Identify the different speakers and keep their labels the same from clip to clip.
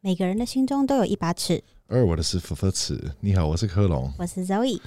Speaker 1: 每个人的心中都有一把尺。
Speaker 2: 二，我的是佛佛尺。你好，我是科隆。
Speaker 1: 我是 Zoe。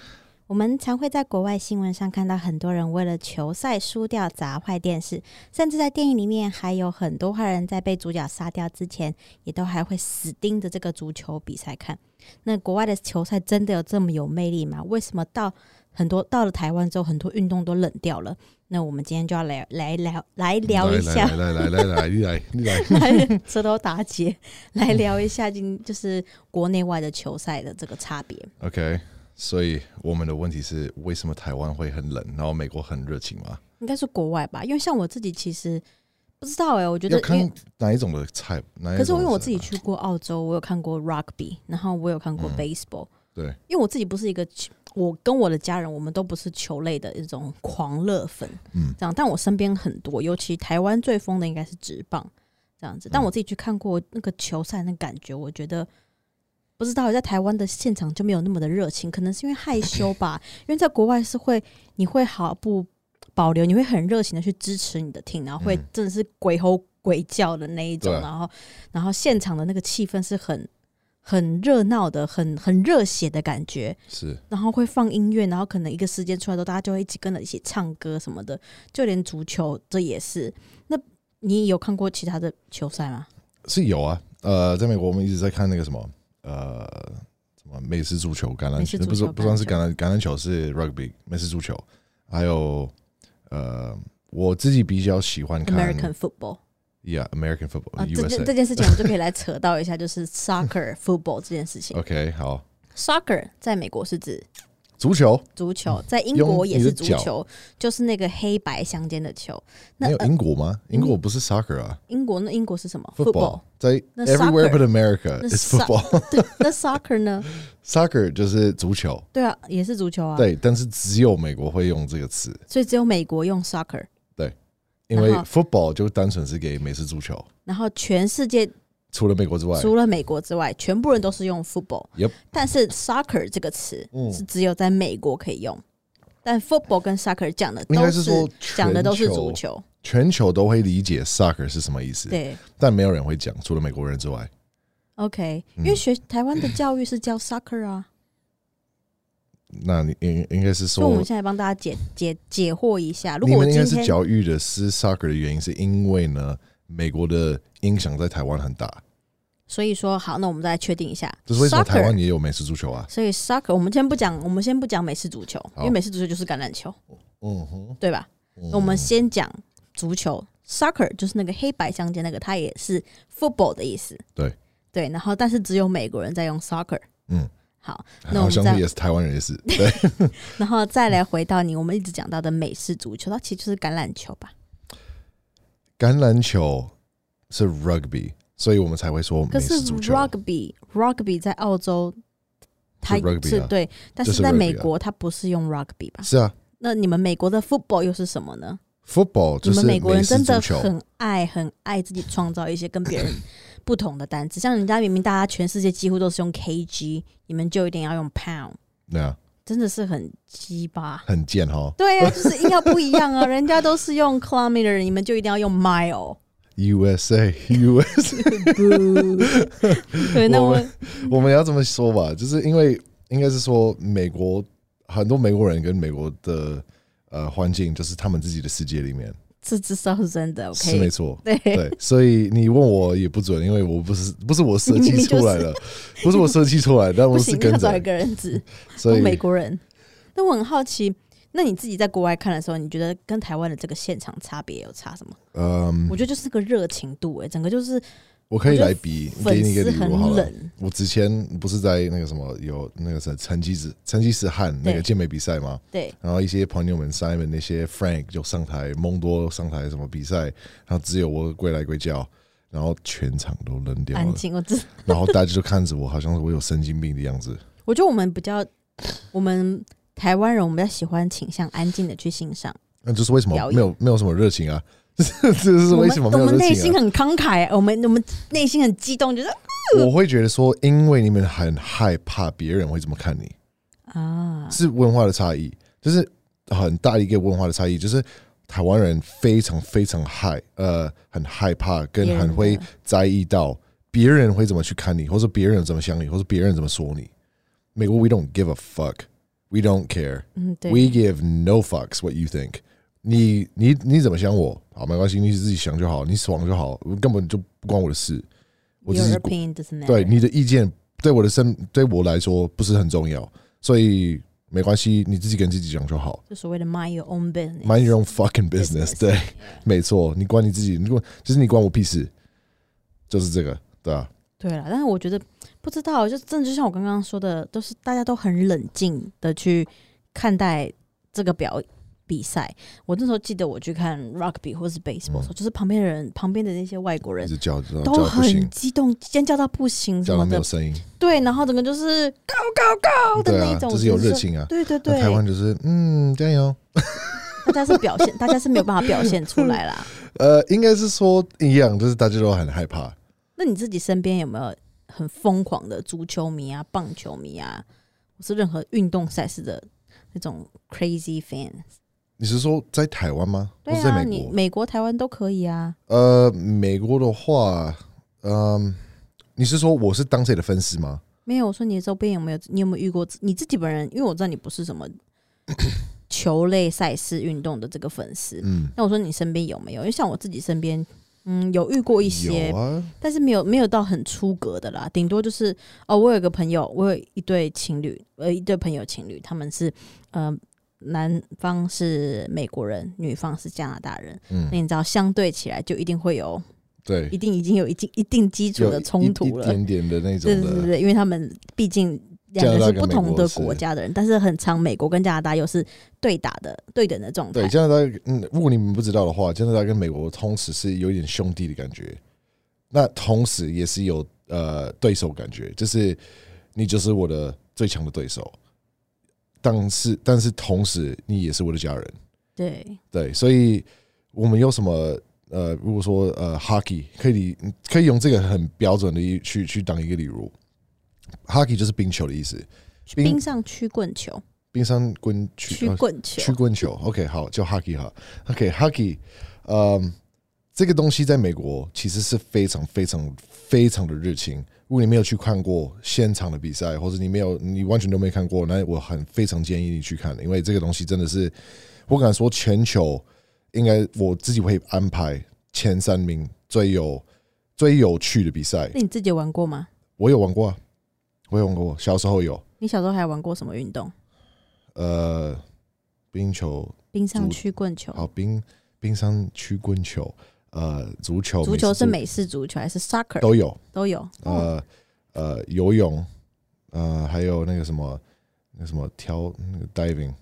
Speaker 1: 我们常会在国外新闻上看到很多人为了球赛输掉砸坏电视，甚至在电影里面还有很多坏人在被主角杀掉之前，也都还会死盯着这个足球比赛看。那国外的球赛真的有这么有魅力吗？为什么到很多到了台湾之后，很多运动都冷掉了？那我们今天就要来来聊来聊一下，
Speaker 2: 来来来来来来，你来你 来。
Speaker 1: 来舌头打结，来聊一下今就是国内外的球赛的这个差别。
Speaker 2: OK，所以我们的问题是，为什么台湾会很冷，然后美国很热情吗？
Speaker 1: 应该是国外吧，因为像我自己其实不知道哎、我觉得
Speaker 2: 要
Speaker 1: 因为
Speaker 2: 看哪一种的菜，哪一种的
Speaker 1: 可是因为我
Speaker 2: 菜
Speaker 1: 自己去过澳洲，我有看过 rugby，然后我有看过
Speaker 2: 嗯
Speaker 1: baseball，、
Speaker 2: 对，
Speaker 1: 因为我自己不是一个球，我跟我的家人我们都不是球类的一种狂热粉，
Speaker 2: 嗯
Speaker 1: 这样，但我身边很多，尤其台湾最疯的应该是直棒这样子，但我自己去看过那个球赛那感觉，我觉得。不知道在台湾的现场就没有那么的热情，可能是因为害羞 吧。因为在国外是会，你会毫不保留，你会很热情的去支持你的 team，然后会
Speaker 2: 嗯
Speaker 1: 真的是鬼吼鬼叫的那一种，
Speaker 2: 对啊
Speaker 1: 然后然后现场的那个气氛是很很热闹的，很很热血的感觉。
Speaker 2: 是
Speaker 1: 然后会放音乐，然后可能一个时间出来之后，大家就会一起跟着一起唱歌什么的，就连足球这也是。那你有看过其他的球赛吗？
Speaker 2: 是有啊。呃，在美国我们一直在看那个什么呃什么美式足球、橄榄
Speaker 1: 美式足
Speaker 2: 球，
Speaker 1: 球
Speaker 2: 不是不算是橄
Speaker 1: 橄
Speaker 2: 榄橄榄球，是 rugby 美式足球，还有呃我自己比较喜欢看
Speaker 1: American football
Speaker 2: Yeah American football、
Speaker 1: 啊，这
Speaker 2: USA
Speaker 1: 件这件事情我们就可以来扯到一下，就是 soccer football 这件事情。
Speaker 2: OK，好，
Speaker 1: soccer 在美国是指
Speaker 2: 足球
Speaker 1: 足球，在英
Speaker 2: 嗯用
Speaker 1: 国也
Speaker 2: 你
Speaker 1: 是
Speaker 2: 的
Speaker 1: 足
Speaker 2: 脚
Speaker 1: 球，就是那个黑白相间的球。那
Speaker 2: 没有
Speaker 1: 呃
Speaker 2: 英国吗？英国不是 soccer 啊
Speaker 1: 英国那英国是什么
Speaker 2: ，football 在
Speaker 1: 那
Speaker 2: everywhere
Speaker 1: soccer-
Speaker 2: but America
Speaker 1: 那
Speaker 2: is
Speaker 1: so-
Speaker 2: football。
Speaker 1: 对，那 soccer 呢？
Speaker 2: soccer 就是足球，
Speaker 1: 对啊，也是足球啊。
Speaker 2: 对，但是只有美国会用这个词，
Speaker 1: 所以只有美国用 soccer，
Speaker 2: 因为
Speaker 1: 然
Speaker 2: football 就单纯是给美式足球，
Speaker 1: 然后全世界
Speaker 2: 除了美国之外，
Speaker 1: 除了美国之外，全部人都是用 football。
Speaker 2: Yep
Speaker 1: 但是 soccer 这个词
Speaker 2: 嗯
Speaker 1: 是只有在美国可以用，但 football 跟 soccer 讲的
Speaker 2: 应
Speaker 1: 都
Speaker 2: 该是说
Speaker 1: 讲的都是
Speaker 2: 全
Speaker 1: 足
Speaker 2: 球，
Speaker 1: 球，
Speaker 2: 全球都会理解 soccer 是什么意思，
Speaker 1: 对。
Speaker 2: 但没有人会讲，除了美国人之外，
Speaker 1: OK，、
Speaker 2: 嗯
Speaker 1: 因为学台湾的教育是教 soccer 啊，
Speaker 2: 那你应应该是
Speaker 1: 所以我
Speaker 2: 说
Speaker 1: 们。现在帮大家解解解惑一下。如
Speaker 2: 你
Speaker 1: 果我
Speaker 2: 们应
Speaker 1: 今
Speaker 2: 该是
Speaker 1: 天
Speaker 2: 教育的是 soccer 的原因，是因为呢，美国的影响在台湾很大，
Speaker 1: 所以说好，那我们再来确定一下
Speaker 2: 这是为什么台
Speaker 1: soccer。
Speaker 2: 湾也有美式足球啊？
Speaker 1: 所以 soccer，我们先不讲，我们先不讲美式足球，因为
Speaker 2: 好
Speaker 1: 美式足球就是橄榄球，
Speaker 2: 嗯哼，
Speaker 1: 对吧？我们先讲足球，soccer 就是那个黑白相间那个，它也是 football 的意思。
Speaker 2: 对
Speaker 1: 对，然后但是只有美国人在用 soccer。
Speaker 2: 嗯，
Speaker 1: 好，那我
Speaker 2: 好
Speaker 1: 们
Speaker 2: 像
Speaker 1: 再
Speaker 2: 也是台湾人也是，对，
Speaker 1: 然后再来回到你我们一直讲到的美式足球，它其实就是橄榄球吧？
Speaker 2: 橄榄球是 rugby，所以我们才会说
Speaker 1: 可
Speaker 2: 嗯美
Speaker 1: 是
Speaker 2: 式足球。啊
Speaker 1: rugby rugby 在澳洲。它
Speaker 2: rugby
Speaker 1: 是
Speaker 2: 啊
Speaker 1: 对，但
Speaker 2: 就是
Speaker 1: 在
Speaker 2: rugby
Speaker 1: 美
Speaker 2: 啊
Speaker 1: 国它不是用 rugby 吧？
Speaker 2: 是啊
Speaker 1: 那你们美国的 football 又是什么呢？
Speaker 2: ，football 就
Speaker 1: 你
Speaker 2: 是
Speaker 1: 们美国人
Speaker 2: 式
Speaker 1: 真的
Speaker 2: 足球，
Speaker 1: 很爱很爱自己创造一些跟别 人不同的单词，像人家明明大家全世界几乎都是用 kg，你们就一定要用 pound，
Speaker 2: 对啊，
Speaker 1: 真的是很鸡巴。
Speaker 2: 很贱哈。
Speaker 1: 对 啊，就是硬要不一样啊！人家都是用 kilometer，你们就一定要用 mile。
Speaker 2: USA US，
Speaker 1: 对，那
Speaker 2: 我
Speaker 1: 我
Speaker 2: 们我们要这么说吧，就是因为应该是说美国很多美国人跟美国的呃环境，就是他们自己的世界里面
Speaker 1: 这至少是真 的
Speaker 2: 是没
Speaker 1: ，OK？
Speaker 2: 错。
Speaker 1: 对，
Speaker 2: 对，所以你问我也不准，因为我不是不是我设
Speaker 1: 你就
Speaker 2: 计
Speaker 1: 是
Speaker 2: 出来的，不是我设计出来的，但
Speaker 1: 不
Speaker 2: 我
Speaker 1: 行要
Speaker 2: 是，跟
Speaker 1: 找一
Speaker 2: 着，
Speaker 1: 个人指
Speaker 2: 所以
Speaker 1: 美国人。那我很好奇，那你自己在国外看的时候，你觉得跟台湾的这个现场差别有差什么？
Speaker 2: 嗯
Speaker 1: 我，觉得就是个热情度、欸，整个就是
Speaker 2: 我可以来比，给
Speaker 1: 粉
Speaker 2: 你一个
Speaker 1: 丝
Speaker 2: 礼
Speaker 1: 很
Speaker 2: 物好了。
Speaker 1: 冷，
Speaker 2: 我之前不是在那个什么有那个什成吉思成吉思汗那个
Speaker 1: 对
Speaker 2: 健美比赛吗？
Speaker 1: 对，
Speaker 2: 然后一些朋友们 Simon 那些 Frank 就上台，蒙多上台什么比赛，然后只有我归来归叫，然后全场都扔掉
Speaker 1: 安
Speaker 2: 了，
Speaker 1: 静。我知，
Speaker 2: 然后大家就看着我，好像是我有神经病的样子。
Speaker 1: 我觉得我们比较，我们台湾人我们比较喜欢倾向安静的去欣赏，
Speaker 2: 那就是为什么
Speaker 1: 表演
Speaker 2: 没有没有什么热情啊？ 这是为什么
Speaker 1: 我
Speaker 2: 没
Speaker 1: 们我
Speaker 2: 有
Speaker 1: 们内
Speaker 2: 热
Speaker 1: 心
Speaker 2: 情啊？
Speaker 1: 很慷慨，我们我们内心很激动，就是
Speaker 2: 我会觉得说，因为你们很害怕别人会怎么看你，
Speaker 1: 嗯啊，
Speaker 2: 是文化的差异，就是很大一个文化的差异，就是台湾人非常非常害呃很害怕，跟
Speaker 1: 别人
Speaker 2: 很会
Speaker 1: 的
Speaker 2: 在意到别人会怎么去看你，或者别人怎么想你，或者别人怎么说你。美国，we don't give a fuck, we don't care,
Speaker 1: 嗯，对
Speaker 2: we give no fucks what you think 你。你你怎么想我？好，没关系，你自己想就好，你爽就好，根本就不关我的事。我只是
Speaker 1: ，European doesn't matter。
Speaker 2: 对你的意见对我的生对我来说不是很重要，所以没关系，你自己跟自己讲就好。
Speaker 1: 就所谓的 mind your own business。
Speaker 2: Mind your own fucking business，对，没错，你管你自己，你管就是你管我屁事，就是这个，对啊，
Speaker 1: 对了，但是我觉得不知道，就真的就像我刚刚说的，都是大家都很冷静的去看待这个表比赛。我那时候记得我去看 rugby 或是 baseball 的时候，就是旁边的人，旁边的那些外国
Speaker 2: 一
Speaker 1: 人
Speaker 2: 直嗯叫叫叫
Speaker 1: 都
Speaker 2: 到不行
Speaker 1: 很，激动，尖叫到不行什
Speaker 2: 叫到
Speaker 1: 么
Speaker 2: 没
Speaker 1: 的
Speaker 2: 有，声音，
Speaker 1: 对，然后整个就是 go go go 的
Speaker 2: 对
Speaker 1: 那
Speaker 2: 啊，
Speaker 1: 一种，
Speaker 2: 就是有
Speaker 1: 是
Speaker 2: 热情啊。
Speaker 1: 对对对
Speaker 2: 那，台湾就是嗯加油，
Speaker 1: 大家是表现，大家是没有办法表现出来啦。
Speaker 2: 呃，应该是说一样，就是大家都很害怕。
Speaker 1: 那你自己身边有没有很疯狂的足球迷啊、棒球迷啊，或是任何运动赛事的那种 crazy fan？
Speaker 2: 你是说在台湾吗？
Speaker 1: 对
Speaker 2: 或是在
Speaker 1: 啊，
Speaker 2: 美
Speaker 1: 你
Speaker 2: 国？
Speaker 1: 美国、台湾都可以啊。
Speaker 2: 呃，美国的话，嗯、你是说我是当谁的粉丝吗？
Speaker 1: 没有，我说你的周边有没有？你有没有遇过你自己本人？因为我知道你不是什 么球类赛事运动的这个粉丝。
Speaker 2: 嗯，
Speaker 1: 那我说你身边有没有？因为像我自己身边，嗯，有遇过一些，
Speaker 2: 有啊，
Speaker 1: 但是没有没有到很出格的啦，顶多就是哦，我有一个朋友，我有一对情侣，呃，一对朋友情侣，他们是呃，男方是美国人，女方是加拿大人，那
Speaker 2: 嗯，
Speaker 1: 你知道相对起来就一定会有，
Speaker 2: 对
Speaker 1: 一，定已经有一定一定基础
Speaker 2: 有
Speaker 1: 的
Speaker 2: 一
Speaker 1: 冲突
Speaker 2: 一
Speaker 1: 了，
Speaker 2: 点点的那种
Speaker 1: 对对对
Speaker 2: 的，
Speaker 1: 对，因为他们毕竟两
Speaker 2: 加拿
Speaker 1: 个
Speaker 2: 大
Speaker 1: 是
Speaker 2: 跟
Speaker 1: 不
Speaker 2: 美
Speaker 1: 同
Speaker 2: 国
Speaker 1: 的
Speaker 2: 是
Speaker 1: 国家的人，但是很常美国跟加拿大又是对打的对等的状态
Speaker 2: 对，，加拿大，嗯，如果你们不知道的话，加拿大跟美国同时是有一点兄弟的感觉，那同时也是有呃对手感觉，就是你就是我的最强的对手，但是但是同时你也是我的家人，
Speaker 1: 对
Speaker 2: 对，所以我们有什么呃，如果说呃，hockey 可以可以用这个很标准的一去去当一个例如，hockey 就是冰球的意思，冰
Speaker 1: 冰上曲棍球、
Speaker 2: 冰上棍曲
Speaker 1: 曲
Speaker 2: 呃
Speaker 1: 棍球
Speaker 2: 曲，棍球，OK，好，叫 hockey 哈，OK，hockey，、嗯，这个东西在美国其实是非常非常非常的热情。如果你没有去看过现场的比赛，或者你没有你完全都没看过，那我很非常建议你去看，因为这个东西真的是，我敢说全球应该我自己会安排前三名最有最有趣的比赛。
Speaker 1: 那你自己有玩过吗？
Speaker 2: 我有玩过、啊，我有玩过，小时候有，
Speaker 1: 你小时候还玩过什么运动？
Speaker 2: 呃，冰球、
Speaker 1: 冰上
Speaker 2: 足哦
Speaker 1: 曲棍球，
Speaker 2: 好，冰冰上曲棍球，呃，足球，
Speaker 1: 足球是
Speaker 2: 美
Speaker 1: 美式足球还是 soccer
Speaker 2: 式都有，
Speaker 1: 都有？哦，
Speaker 2: 呃呃，游泳，呃，还有那个什么，那什么跳那个 diving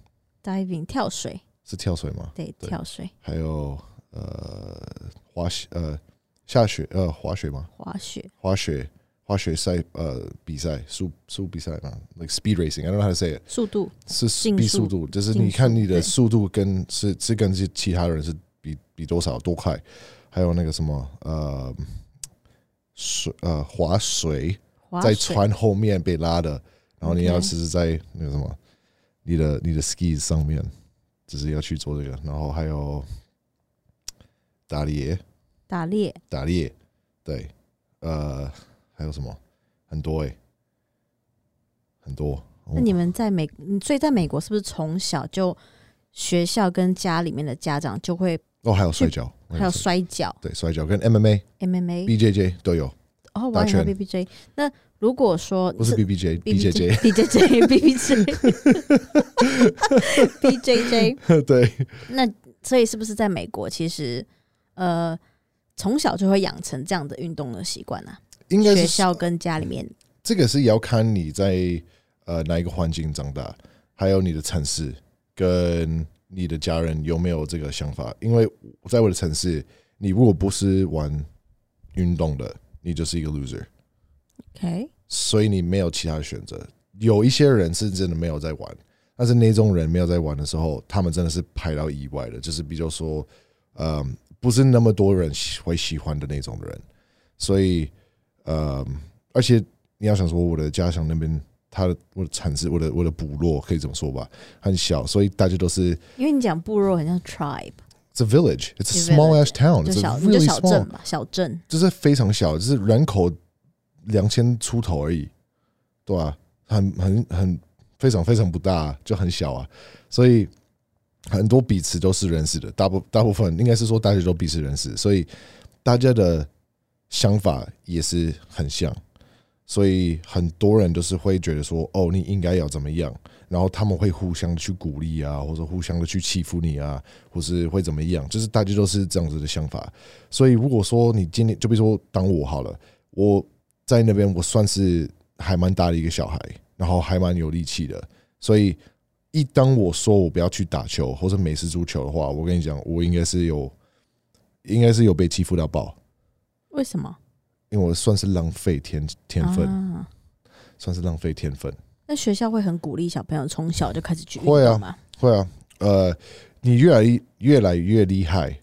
Speaker 1: diving 跳水，
Speaker 2: 是跳水吗？
Speaker 1: 对，
Speaker 2: 对
Speaker 1: 跳水、
Speaker 2: 还有呃滑雪，呃下雪，呃滑雪吗？
Speaker 1: 滑雪，
Speaker 2: 滑雪滑雪赛，呃比赛速速比赛嘛，like speed racing，I don't know how to say it。
Speaker 1: 速度
Speaker 2: 是
Speaker 1: 竞
Speaker 2: 比
Speaker 1: 速
Speaker 2: 速度，就是
Speaker 1: 竞
Speaker 2: 你看
Speaker 1: 速
Speaker 2: 你
Speaker 1: 对
Speaker 2: 的速度跟是是跟这其他人是比比多少多快，还有那个什么呃水呃划水
Speaker 1: 滑
Speaker 2: 在
Speaker 1: 水
Speaker 2: 船后面被拉的，然后你要
Speaker 1: OK
Speaker 2: 是在那个什么你的你的 skis 上面，就是要去做这个，然后还有打猎
Speaker 1: 打猎，
Speaker 2: 打猎，对，呃还有什么很多哎、很多，
Speaker 1: 那你们在美，嗯所以在美国是不是从小就学校跟家里面的家长就会
Speaker 2: 哦还有摔
Speaker 1: 去
Speaker 2: 跤，
Speaker 1: 还有摔跤、
Speaker 2: 对摔跤跟 MMA。
Speaker 1: MMA，
Speaker 2: BJJ 都有，
Speaker 1: 哦，
Speaker 2: 打
Speaker 1: 玩
Speaker 2: 拳
Speaker 1: BBJ。那如果说
Speaker 2: 不是 BBJ BJJ，
Speaker 1: BJJ BJJ BJJ，
Speaker 2: 对，
Speaker 1: 那所以是不是在美国，其实呃，从小就会养成这样的运动的习惯啊？
Speaker 2: 应该
Speaker 1: 学
Speaker 2: 是
Speaker 1: 校跟家里面，
Speaker 2: 这个是也要看你在呃哪一个环境长大，还有你的城市跟你的家人有没有这个想法。因为在我的城市，你如果不是玩运动的，你就是一个 loser，
Speaker 1: OK，
Speaker 2: 所以你没有其他的选择。有一些人是真的没有在玩，但是那种人没有在玩的时候，他们真的是排到意外的，就是比较说，呃，不是那么多人喜会喜欢的那种人，所以，呃，而且你要想说，我的家乡那边，他的我的产是我的我的部落可以这么说吧，很小，所以大家都是
Speaker 1: 因为你讲部落很像 tribe，
Speaker 2: it's a village, it's a
Speaker 1: It's a
Speaker 2: small ass town,
Speaker 1: 就
Speaker 2: it's
Speaker 1: 小
Speaker 2: a
Speaker 1: 你就
Speaker 2: really
Speaker 1: 小
Speaker 2: small，
Speaker 1: 镇吧，小镇
Speaker 2: 就是非常小，就是人口两千出头而已，对吧、很很很非常非常不大，就很小啊，所以很多彼此都是认识的，大部大部分应该是说大家都彼此认识，所以大家的想法也是很像，所以很多人都是会觉得说，哦，你应该要怎么样，然后他们会互相的去鼓励啊，或者互相的去欺负你啊，或是会怎么样，就是大家都是这样子的想法。所以如果说你今天，就比如说当我好了，我在那边我算是还蛮大的一个小孩，然后还蛮有力气的，所以一当我说我不要去打球或者美式足球的话，我跟你讲，我应该是有，应该是有被欺负到爆，
Speaker 1: 为什么？
Speaker 2: 因为我算是浪费天天分，
Speaker 1: 啊，
Speaker 2: 算是浪费天分。
Speaker 1: 那学校会很鼓励小朋友从小就开始去运
Speaker 2: 会啊
Speaker 1: 动吗？
Speaker 2: 会啊，呃，你越来越来越厉害，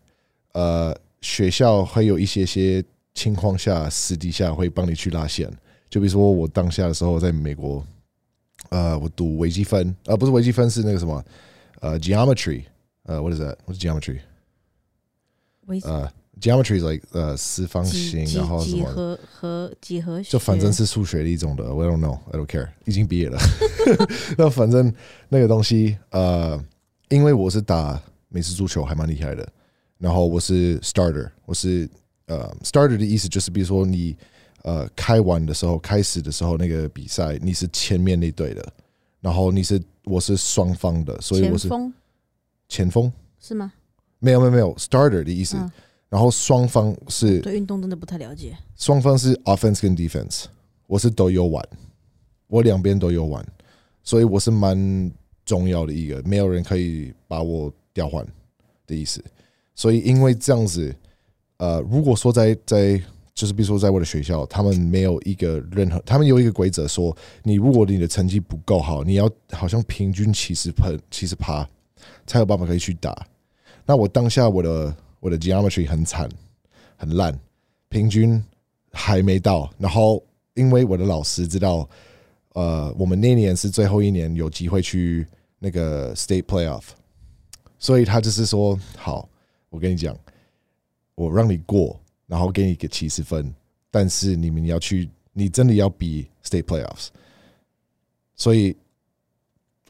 Speaker 2: 呃，学校会有一些些情况下，私底下会帮你去拉线。就比如说我当下的时候在美国，呃，我读微积分，呃，不是微积分，是那个什么，呃，geometry，呃，what is that？what is geometry？
Speaker 1: 微
Speaker 2: 呃，geometry is like 呃四方
Speaker 1: 几
Speaker 2: 形，
Speaker 1: 几
Speaker 2: 然后什
Speaker 1: 几
Speaker 2: 么的。
Speaker 1: 何和几何学，
Speaker 2: 就反正是数学的一种的，I don't know，I don't care，已经毕业了。 那反正那个东西，呃，因为我是打美式足球还蛮厉害的，然后我是 starter，我是呃 starter 的意思就是，比如说你呃开完的时候，开始的时候那个比赛你是前面那队的，然后你是我是双方的，所以我
Speaker 1: 前
Speaker 2: 是
Speaker 1: 锋
Speaker 2: 前锋，
Speaker 1: 是吗？
Speaker 2: 没有没有没有 starter 的意思，
Speaker 1: 嗯
Speaker 2: 然后双方是
Speaker 1: 对运动真的不太了解。
Speaker 2: 双方是 offense 跟 defense，我是都有玩，我两边都有玩，所以我是蛮重要的一个，没有人可以把我调换的意思。所以因为这样子，呃，如果说在在就是比如说在我的学校，他们没有一个任何，他们有一个规则说，你如果你的成绩不够好，你要好像平均七十分七十趴才有办法可以去打。那我当下我的我的 geometry 很惨，很烂，平均还没到。然后因为我的老师知道，呃，我们那年是最后一年有机会去那个 state playoff，所以他就是说，好，我跟你讲，我让你过，然后给你个七十分，但是你们要去，你真的要比 state playoffs，所以。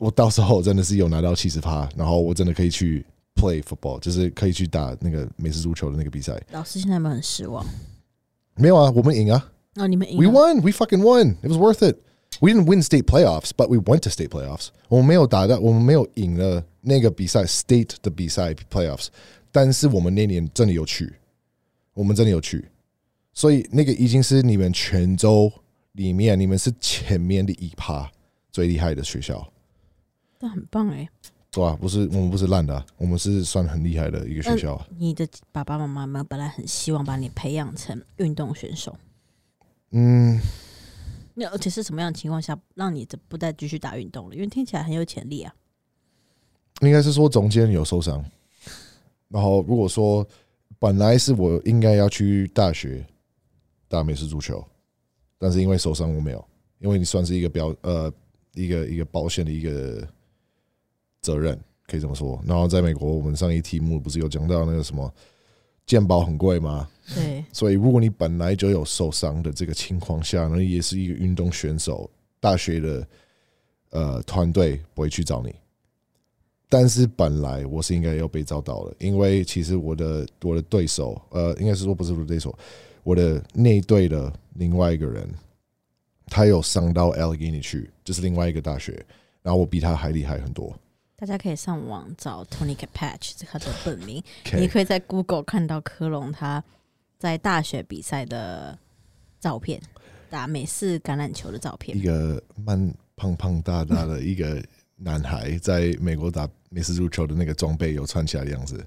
Speaker 2: 我到时候真的是有拿到七十趴，然后我真的可以去 play football，就是可以去打那个美式足球的那个比赛。
Speaker 1: 老师现在有没有很失望？
Speaker 2: 没有啊，我们赢啊，
Speaker 1: 哦，你们赢
Speaker 2: We
Speaker 1: 了，
Speaker 2: won. We fucking won. It was worth it. We didn't win state playoffs, but we went to state playoffs. 我们没有打到，我们没有赢了那个比赛 state 的比赛 playoffs，但是我们那年真的有去，我们真的有去，所以那个已经是你们全州里面你们是前面的一趴最厉害的学校，
Speaker 1: 那很棒哎！
Speaker 2: 对吧、不是我们不是烂的啊、我们是算很厉害的一个学校啊。
Speaker 1: 你的爸爸妈妈们本来很希望把你培养成运动选手，
Speaker 2: 嗯，
Speaker 1: 那而且是什么样的情况下让你这不再继续打运动了？因为听起来很有潜力啊。
Speaker 2: 应该是说中间有受伤，然后如果说本来是我应该要去大学打美式足球，但是因为受伤我没有，因为你算是一个标呃一个一个保险的一个责任，可以这么说。然后在美国，我们上一题目不是有讲到那个什么健保很贵吗？
Speaker 1: 对，
Speaker 2: 所以如果你本来就有受伤的这个情况下，那你也是一个运动选手，大学的呃团队不会去找你。但是本来我是应该要被找到的，因为其实我的我的对手，呃，应该是说不是我的对手，我的内队的另外一个人，他有上到 Allegheny 去，就是另外一个大学，然后我比他还厉害很多。
Speaker 1: 大家可以上网找 Tony Capatch 这他的本名，
Speaker 2: OK，
Speaker 1: 你可以在 Google 看到科隆他在大学比赛的照片，打美式橄榄球的照片
Speaker 2: 一。个慢胖胖大大的一个男孩，在美国打美式足球的那个装备有穿起来的样子。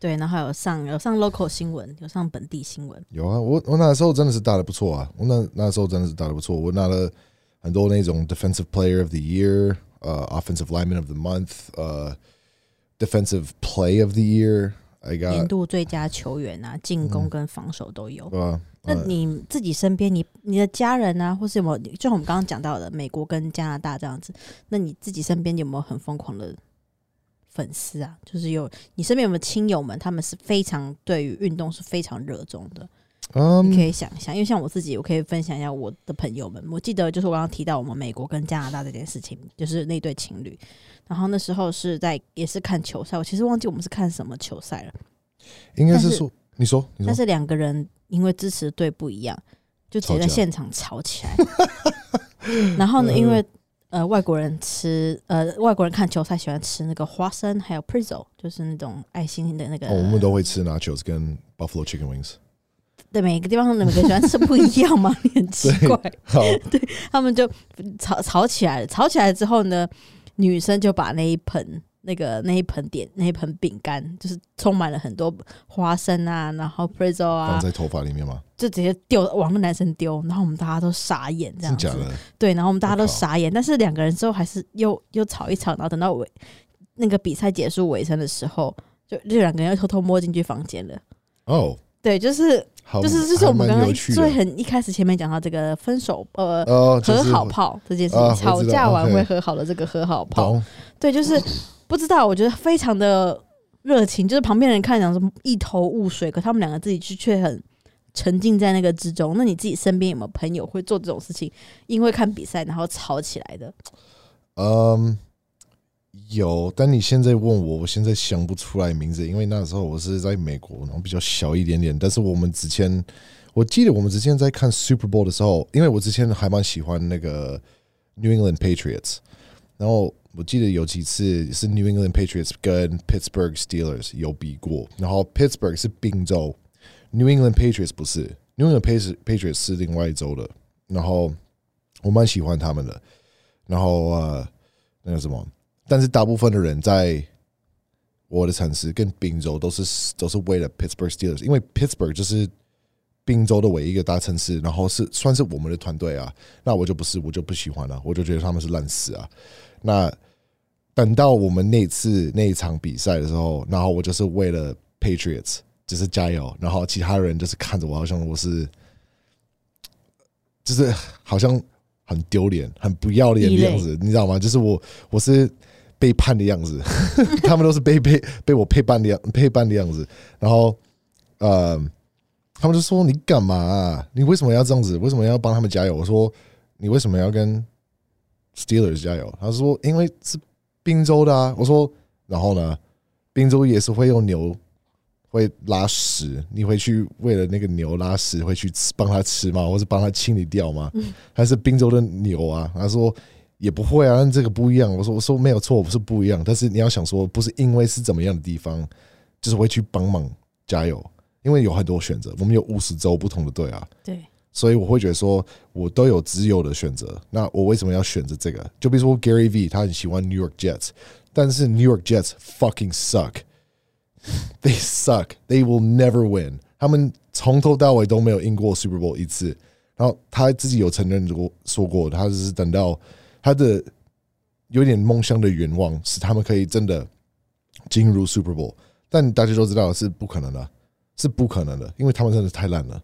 Speaker 1: 对，然后还有上有上 local 新闻，有上本地新闻。
Speaker 2: 有啊，我我那时候真的是打的不错啊，我那那时候真的是打的不错，我拿了很多那种 defensive player of the year，呃、offensive lineman of the month，呃、defensive play of the year，I
Speaker 1: 年
Speaker 2: got，
Speaker 1: 度最佳球员啊，进
Speaker 2: 嗯
Speaker 1: 攻跟防守都有。
Speaker 2: 对吧？
Speaker 1: 那
Speaker 2: 呃
Speaker 1: 你自己身边，你你的家人啊，或是有没有，就像我们刚刚讲到的，美国跟加拿大这样子，那你自己身边有没有很疯狂的粉丝啊？就是有你身边有没有亲友们，他们是非常对于运动是非常热衷的，你
Speaker 2: 嗯
Speaker 1: 可以想象，因为像我自己，我可以分享一下我的朋友们。我记得就是我刚刚提到我们美国跟加拿大这件事情，就是那对情侣，然后那时候是在也是看球赛，我其实忘记我们是看什么球赛了，
Speaker 2: 应该是
Speaker 1: 但是
Speaker 2: 说，你说，你
Speaker 1: 但
Speaker 2: 说，
Speaker 1: 是两个人因为支持队不一样，就直接在现场吵起来。 然后呢，
Speaker 2: 嗯
Speaker 1: 因为呃外国人吃呃外国人看球赛喜欢吃那个花生，还有 pretzel，就是那种爱心的那个。
Speaker 2: 哦，我们都会吃 nachos 跟 buffalo chicken wings。
Speaker 1: 对每个地方每个人喜欢吃不一样嘛， 你很奇
Speaker 2: 对
Speaker 1: 怪。
Speaker 2: 好，
Speaker 1: 他们就吵吵起来了。吵起来之后呢，女生就把那一盆那个那一盆点那一盆饼干，就是充满了很多花生啊，然后 pretzel
Speaker 2: 放
Speaker 1: 啊，
Speaker 2: 在头发里面吗？
Speaker 1: 就直接丢往那男生丢，然后我们大家都傻眼这
Speaker 2: 真
Speaker 1: 样
Speaker 2: 假
Speaker 1: 子。
Speaker 2: 的？
Speaker 1: 对，然后我们大家都
Speaker 2: 我靠
Speaker 1: 傻眼，但是两个人之后还是又又吵一吵，然后等到尾那个比赛结束尾声的时候，就就两个人又偷偷摸进去房间了。
Speaker 2: 哦，
Speaker 1: 对，就是
Speaker 2: 好，
Speaker 1: 就是就是我们
Speaker 2: 哦还
Speaker 1: 刚
Speaker 2: 蛮
Speaker 1: 刚
Speaker 2: 有趣
Speaker 1: 最
Speaker 2: 的。
Speaker 1: 很一开始前面讲到这个分手呃
Speaker 2: 哦，就
Speaker 1: 和
Speaker 2: 是
Speaker 1: 好炮这件事情，
Speaker 2: 啊我知道
Speaker 1: 吵架完
Speaker 2: OK
Speaker 1: 会和好的这个和好炮，
Speaker 2: 懂，
Speaker 1: 对，就是不知道，我觉得非常的热情，就是旁边人看讲什么一头雾水，可他们两个自己却很沉浸在那个之中。那你自己身边有没有朋友会做这种事情？因为看比赛然后吵起来的？
Speaker 2: 嗯，有，但你现在问我，我现在想不出来名字，因为那时候我是在美国，然后比较小一点点。但是我们之前，我记得我们之前在看 Super Bowl 的时候，因为我之前还蛮喜欢那个 New England Patriots，然后我记得有几次是 New England Patriots 跟 Pittsburgh Steelers 有比过，然后 Pittsburgh 是宾州，New England Patriots 不是，New England Patri- Patriots 是另外一州的，然后我蛮喜欢他们的，然后呃。那个什么，但是大部分的人在我的城市跟宾州都是都是为了 Pittsburgh Steelers，因为 Pittsburgh 就是宾州的唯一一个大城市，然后是算是我们的团队啊，那我就不是，我就不喜欢了、啊我就觉得他们是烂死啊。那等到我们那次那一场比赛的时候，然后我就是为了 Patriots 就是加油，然后其他人就是看着我，好像我是就是好像很丢脸、很不要脸的样子，你知道吗？就是我我是背叛的样子， 他们都是被被被我背叛的样背叛的样子，然后呃，他们就说你干嘛啊、你为什么要这样子？为什么要帮他们加油？我说你为什么要跟 Steelers 加油？啊他说因为是宾州的啊。我说然后呢，宾州也是会用牛。会拉屎，你会去为了那个牛拉屎，会去吃帮它吃吗？或是帮它清理掉吗？还是宾州的牛啊？他说也不会啊，但这个不一样。我说我说没有错，我是不一样，但是你要想说，不是因为是怎么样的地方，就是会去帮忙加油，因为有很多选择，我们有五十周不同的队啊，
Speaker 1: 对，
Speaker 2: 所以我会觉得说我都有自由的选择，那我为什么要选择这个？就比如说 Gary V，他很喜欢 New York Jets，但是 New York Jets fucking suck。They suck. They will never win. 他们从头到尾都没有赢过 Super Bowl 一次。然后他自己有承认过说过，他只是等到他的有点梦想的愿望是他们可以真的进入 Super Bowl，但大家都知道是不可能的，是不可能的，因为他们真的太烂了。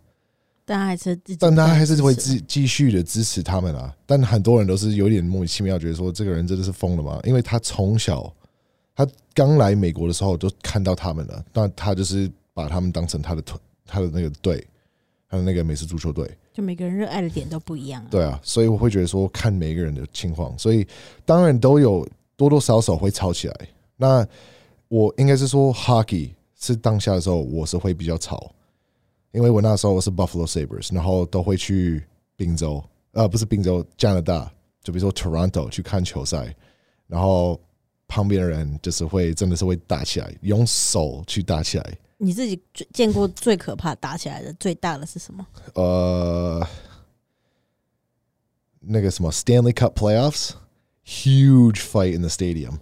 Speaker 1: 但他还是自己
Speaker 2: 但他还是会
Speaker 1: 支持啊
Speaker 2: 继继续的支持他们啊。但很多人都是有点莫名其妙，觉得说这个人真的是疯了吗？因为他从小他刚来美国的时候就看到他们了，那他就是把他们当成他的团，他的那个队，他的那个美式足球队。
Speaker 1: 就每个人热爱的点都不一样、啊。
Speaker 2: 对啊，所以我会觉得说看每一个人的情况，所以当然都有多多少少会吵起来。那我应该是说 hockey 是当下的时候，我是会比较吵，因为我那时候是 Buffalo Sabres，然后都会去宾州，呃，不是宾州，加拿大，就比如说 Toronto 去看球赛，然后旁边的人就是会真的是会打起来，用手去打起来，
Speaker 1: 你自己最见过最可怕打起来的最大的是什么？
Speaker 2: 呃，那个什么 Stanley Cup playoffs, huge fight in the stadium,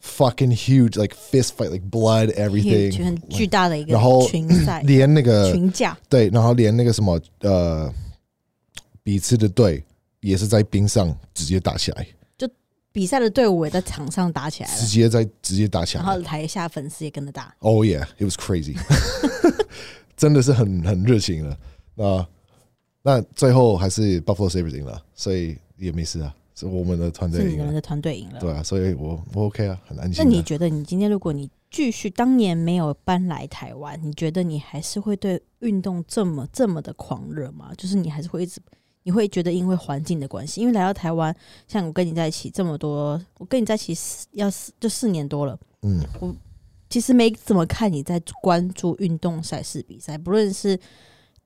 Speaker 2: fucking huge, like fist fight, like blood,
Speaker 1: 巨
Speaker 2: everything.
Speaker 1: 很巨大的一个
Speaker 2: 然后嗯呃
Speaker 1: 群赛
Speaker 2: 连那个
Speaker 1: 群架。
Speaker 2: 对，然后连那个什么呃，彼此的队也是在冰上直接打起来，
Speaker 1: 比赛的队伍也在场上打起来了
Speaker 2: 直，接在直接打起来
Speaker 1: 然。后台下粉丝也跟着打。
Speaker 2: Oh yeah, it was crazy，真的是很很热情了。那那最后还是 Buffalo Sabres 赢了，所以也没事啊。是我们的团
Speaker 1: 是
Speaker 2: 队
Speaker 1: 你
Speaker 2: 赢
Speaker 1: 们
Speaker 2: 了，
Speaker 1: 的团队赢了。
Speaker 2: 对啊，所以我我 OK 啊，很安
Speaker 1: 那
Speaker 2: 心、啊。
Speaker 1: 你觉得你今天如果你继续当年没有搬来台湾，你觉得你还是会对运动这么这么的狂热吗？就是你还是会一直，你会觉得因为环境的关系，因为来到台湾，像我跟你在一起这么多，我跟你在一起四要四就四年多了，
Speaker 2: 嗯，
Speaker 1: 其实没怎么看你在关注运动赛事比赛，不论是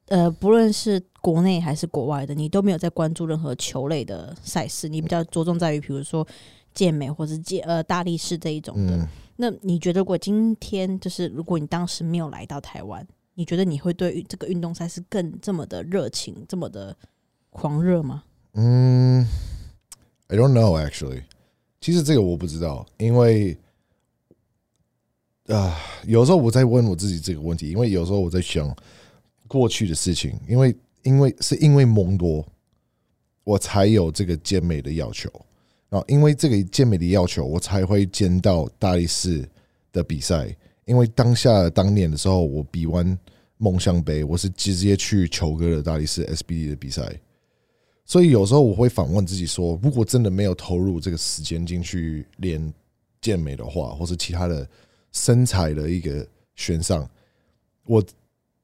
Speaker 1: 呃不论是国内还是国外的，你都没有在关注任何球类的赛事，你比较着重在于比如说健美或是健呃大力士这一种的。
Speaker 2: 嗯
Speaker 1: 那你觉得，如果今天就是如果你当时没有来到台湾，你觉得你会对这个运动赛事更这么的热情，这么的狂热吗？
Speaker 2: 嗯，I don't know actually。其实这个我不知道，因为啊、有时候我在问我自己这个问题，因为有时候我在想过去的事情，因为因为是因为蒙多，我才有这个健美的要求，然后因为这个健美的要求，我才会见到大力士的比赛。因为当下当年的时候，我比完梦想杯，我是直接去球哥的大力士 SBD 的比赛，所以有时候我会反问自己说，如果真的没有投入这个时间进去练健美的话，或是其他的身材的一个选上，我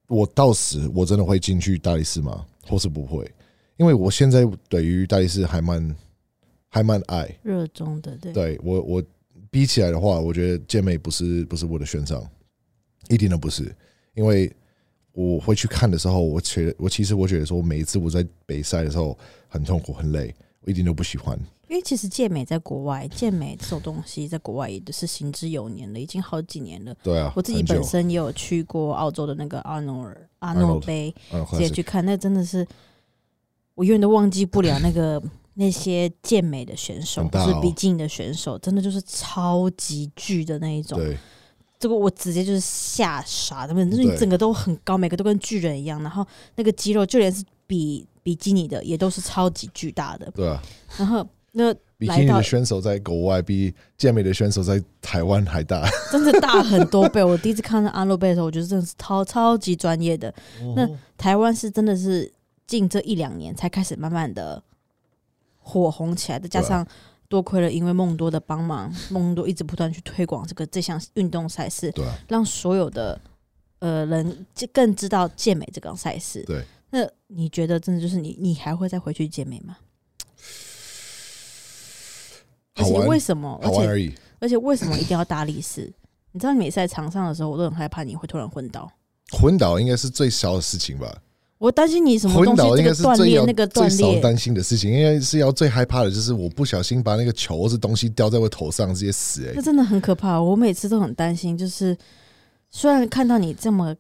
Speaker 2: 我到时我真的会进去大力士吗？或是不会？因为我现在对于大力士还蛮还蛮爱，
Speaker 1: 热衷的，对，
Speaker 2: 对我我比起来的话，我觉得健美不是不是我的选项，一点都不是，因为我会去看的时候，我觉得我其实我觉得说，每一次我在北赛的时候很痛苦很累，我一点都不喜欢。
Speaker 1: 因为其实健美在国外，健美这种东西在国外也是行之有年了，已经好几年了。
Speaker 2: 对啊，
Speaker 1: 我自己
Speaker 2: 很久
Speaker 1: 本身也有去过澳洲的那个阿诺尔阿
Speaker 2: Arnold
Speaker 1: 诺杯，
Speaker 2: 嗯
Speaker 1: 直接
Speaker 2: classic
Speaker 1: 去看，那真的是我永远都忘记不了那个那些健美的选手，
Speaker 2: 很
Speaker 1: 就
Speaker 2: 大
Speaker 1: 是
Speaker 2: 哦
Speaker 1: 比基尼的选手，真的就是超级巨的那一种。
Speaker 2: 对
Speaker 1: 这个我直接就是吓傻，他们就是
Speaker 2: 对
Speaker 1: 你整个都很高，每个都跟巨人一样，然后那个肌肉就连是比比基尼的也都是超级巨大的，
Speaker 2: 对啊，
Speaker 1: 然后那
Speaker 2: 比基尼
Speaker 1: 来到
Speaker 2: 的选手在国外比健美的选手在台湾还大。
Speaker 1: 真的大很多倍。我第一次看到阿诺贝的时候，我觉得真的是超超级专业的。那台湾是真的是近这一两年才开始慢慢的火红起来的，
Speaker 2: 对
Speaker 1: 加
Speaker 2: 啊
Speaker 1: 上多亏了因为梦多的帮忙， 梦多一直不断去推广这个这项运动赛事，
Speaker 2: 对啊，
Speaker 1: 让所有的呃人就更知道健美这个赛事。
Speaker 2: 对，
Speaker 1: 那你觉得真的就是你，你还会再回去健美吗？而
Speaker 2: 好
Speaker 1: 且
Speaker 2: 玩
Speaker 1: 为什么？而
Speaker 2: 好玩
Speaker 1: 且
Speaker 2: 而已。
Speaker 1: 而且为什么一定要大力士？你知道你每次在场上的时候，我都很害怕你会突然昏倒。
Speaker 2: 昏倒应该是最小的事情吧？
Speaker 1: 我担心你什么
Speaker 2: 昏
Speaker 1: 东西
Speaker 2: 倒
Speaker 1: 这
Speaker 2: 应该
Speaker 1: 个
Speaker 2: 是
Speaker 1: 断
Speaker 2: 最
Speaker 1: 裂
Speaker 2: 要
Speaker 1: 那个
Speaker 2: 最
Speaker 1: 断
Speaker 2: 少
Speaker 1: 裂，
Speaker 2: 担心的事情，应该是要最害怕的就是我不小心把那个球或是东西掉在我头上，直接死、欸。
Speaker 1: 那真的很可怕。我每次都很担心，就是虽然看到你这么、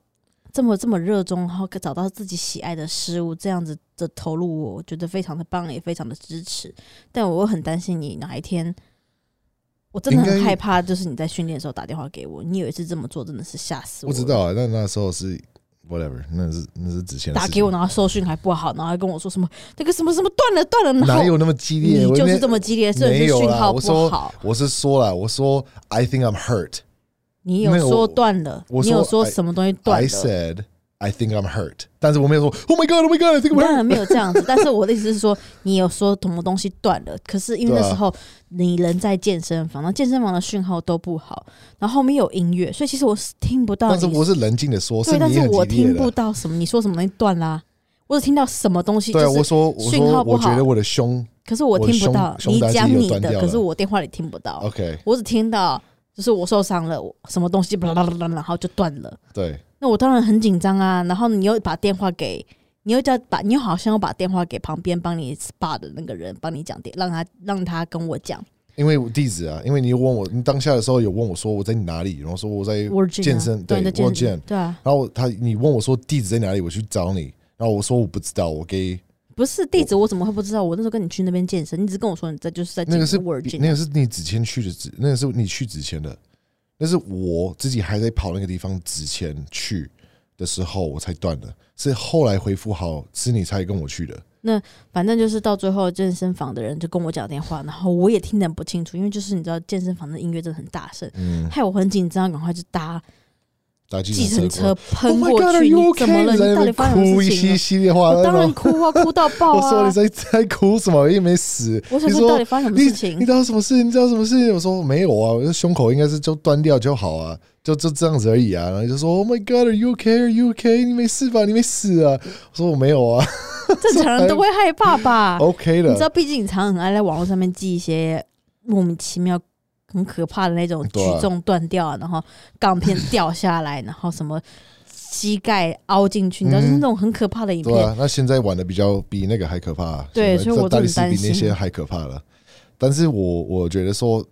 Speaker 1: 这么、这么热衷，然后找到自己喜爱的事物，这样子的投入我，我觉得非常的棒，也非常的支持。但我又很担心你哪一天，我真的
Speaker 2: 应
Speaker 1: 很
Speaker 2: 该
Speaker 1: 害怕，就是你在训练的时候打电话给我，你有一次这么做，真的是吓死我。
Speaker 2: 我知。道啊，那那时候是 whatever，那是那是之前的
Speaker 1: 打
Speaker 2: 事
Speaker 1: 给我，
Speaker 2: 情
Speaker 1: 然后收讯还不好，然后还跟我说什么那个什么什么断了断了，然
Speaker 2: 哪
Speaker 1: 后
Speaker 2: 有那么激烈？
Speaker 1: 你
Speaker 2: 我
Speaker 1: 就是
Speaker 2: 那
Speaker 1: 这么激烈，所以
Speaker 2: 没
Speaker 1: 是
Speaker 2: 有
Speaker 1: 讯
Speaker 2: 啦
Speaker 1: 号
Speaker 2: 我
Speaker 1: 不
Speaker 2: 说
Speaker 1: 好。
Speaker 2: 我是说了，我说 I think I'm hurt。
Speaker 1: 你有
Speaker 2: 没有
Speaker 1: 说
Speaker 2: 我
Speaker 1: 断了，
Speaker 2: 我
Speaker 1: 你有说
Speaker 2: 说哎
Speaker 1: 什么东西断
Speaker 2: I
Speaker 1: 了？
Speaker 2: said I think I'm hurt，但是我没有说 Oh my God, Oh my God, I
Speaker 1: 你
Speaker 2: think I'm
Speaker 1: 当
Speaker 2: hurt。
Speaker 1: 然没有这样子，但是我的意思是说，你有说什么东西断了，可是因为
Speaker 2: 对啊
Speaker 1: 那时候你人在健身房，然后健身房的讯号都不好，然后后面有音乐，所以其实我是听不到
Speaker 2: 但
Speaker 1: 你
Speaker 2: 是
Speaker 1: 说。
Speaker 2: 我是冷静的说，
Speaker 1: 对，但
Speaker 2: 你
Speaker 1: 是我
Speaker 2: 很激烈
Speaker 1: 听不
Speaker 2: 的。
Speaker 1: 到什么，你说什么东西断啦、啊我只听到什么东西，
Speaker 2: 对啊，
Speaker 1: 就
Speaker 2: 我
Speaker 1: 是，
Speaker 2: 说我
Speaker 1: 讯号
Speaker 2: 说
Speaker 1: 不好
Speaker 2: 我觉得我的胸
Speaker 1: 可是我
Speaker 2: 我的
Speaker 1: 听不
Speaker 2: 胸
Speaker 1: 到
Speaker 2: 胸
Speaker 1: 你
Speaker 2: 大肌
Speaker 1: 讲
Speaker 2: 又
Speaker 1: 你
Speaker 2: 断
Speaker 1: 的，
Speaker 2: 掉
Speaker 1: 可是
Speaker 2: 了
Speaker 1: 我电话里听不到，
Speaker 2: OK，
Speaker 1: 我只听到就是我受伤了，我什么东西，巴拉巴拉巴拉，然后就断了。
Speaker 2: 对
Speaker 1: 那我当然很紧张啊。然后你又把电话给，你又叫把，你又好像要把电话给旁边帮你 SPA 的那个人帮你讲电，让他让他跟我讲。
Speaker 2: 因为我地址啊，因为你问我，你当下的时候有问我说我在哪里，然后说我在
Speaker 1: 我
Speaker 2: 健身
Speaker 1: 啊对
Speaker 2: 对
Speaker 1: 你的
Speaker 2: 我
Speaker 1: 健
Speaker 2: 健
Speaker 1: 对啊，
Speaker 2: 然后他你问我说地址在哪里，我去找你，然后我说我不知道，我给
Speaker 1: 不是地址我怎么会不知道？我那时候跟你去那边健身，你只跟我说你在就是在
Speaker 2: 那个是
Speaker 1: w o r
Speaker 2: 比那个是你之前去的之，那个是你去之前的，那是我自己还在跑那个地方之前去的时候我才断的，是后来恢复好是你才跟我去的，
Speaker 1: 反正就是到最后健身房的人就跟我讲电话，然后我也听得很不清楚，因为就是你知道健身房的音乐真的很大声，
Speaker 2: 嗯，
Speaker 1: 害我很紧张，赶快就搭
Speaker 2: 搭计
Speaker 1: 计程车喷
Speaker 2: 车过来 Oh my
Speaker 1: 过
Speaker 2: God, are
Speaker 1: 去，
Speaker 2: you
Speaker 1: 你怎么
Speaker 2: okay？
Speaker 1: 了？
Speaker 2: 你在
Speaker 1: 你到
Speaker 2: 那
Speaker 1: 底
Speaker 2: 边
Speaker 1: 发生什
Speaker 2: 哭
Speaker 1: 么
Speaker 2: 一
Speaker 1: 事
Speaker 2: 稀
Speaker 1: 情
Speaker 2: 稀里
Speaker 1: 了？
Speaker 2: 哗啦
Speaker 1: 我当
Speaker 2: 的
Speaker 1: 然
Speaker 2: 吗？
Speaker 1: 哭啊，哭到爆
Speaker 2: 我说
Speaker 1: 啊
Speaker 2: 你！在在哭什么？又没死。
Speaker 1: 我想
Speaker 2: 你
Speaker 1: 说，
Speaker 2: 说
Speaker 1: 到底发生什么事情
Speaker 2: 你？知道什么事？你知道什么事情？我说没有啊，我说胸口应该是就断掉就好啊，就就这样子而已啊。然后就说 Oh my God, are you okay? Are you okay? 你没事吧？你没死啊？我说我没有啊、
Speaker 1: 正常人都会害怕吧？
Speaker 2: o k
Speaker 1: 啊你知道，
Speaker 2: 哎哦的。
Speaker 1: 毕竟你常常很爱在网络上面记一些莫名其妙、很可怕的那种举
Speaker 2: 对啊
Speaker 1: 重断掉，然后钢片掉下来，然后什么膝盖凹进去，你知道，
Speaker 2: 嗯
Speaker 1: 就是那种很可怕的影
Speaker 2: 对
Speaker 1: 片。
Speaker 2: 啊，那现在玩的比较比那个还可怕、啊
Speaker 1: 对
Speaker 2: 现在
Speaker 1: 所以
Speaker 2: 这
Speaker 1: 我
Speaker 2: 大
Speaker 1: 真
Speaker 2: 力
Speaker 1: 的
Speaker 2: 士
Speaker 1: 很担
Speaker 2: 比
Speaker 1: 心
Speaker 2: 那些还可怕了。但是我我觉得说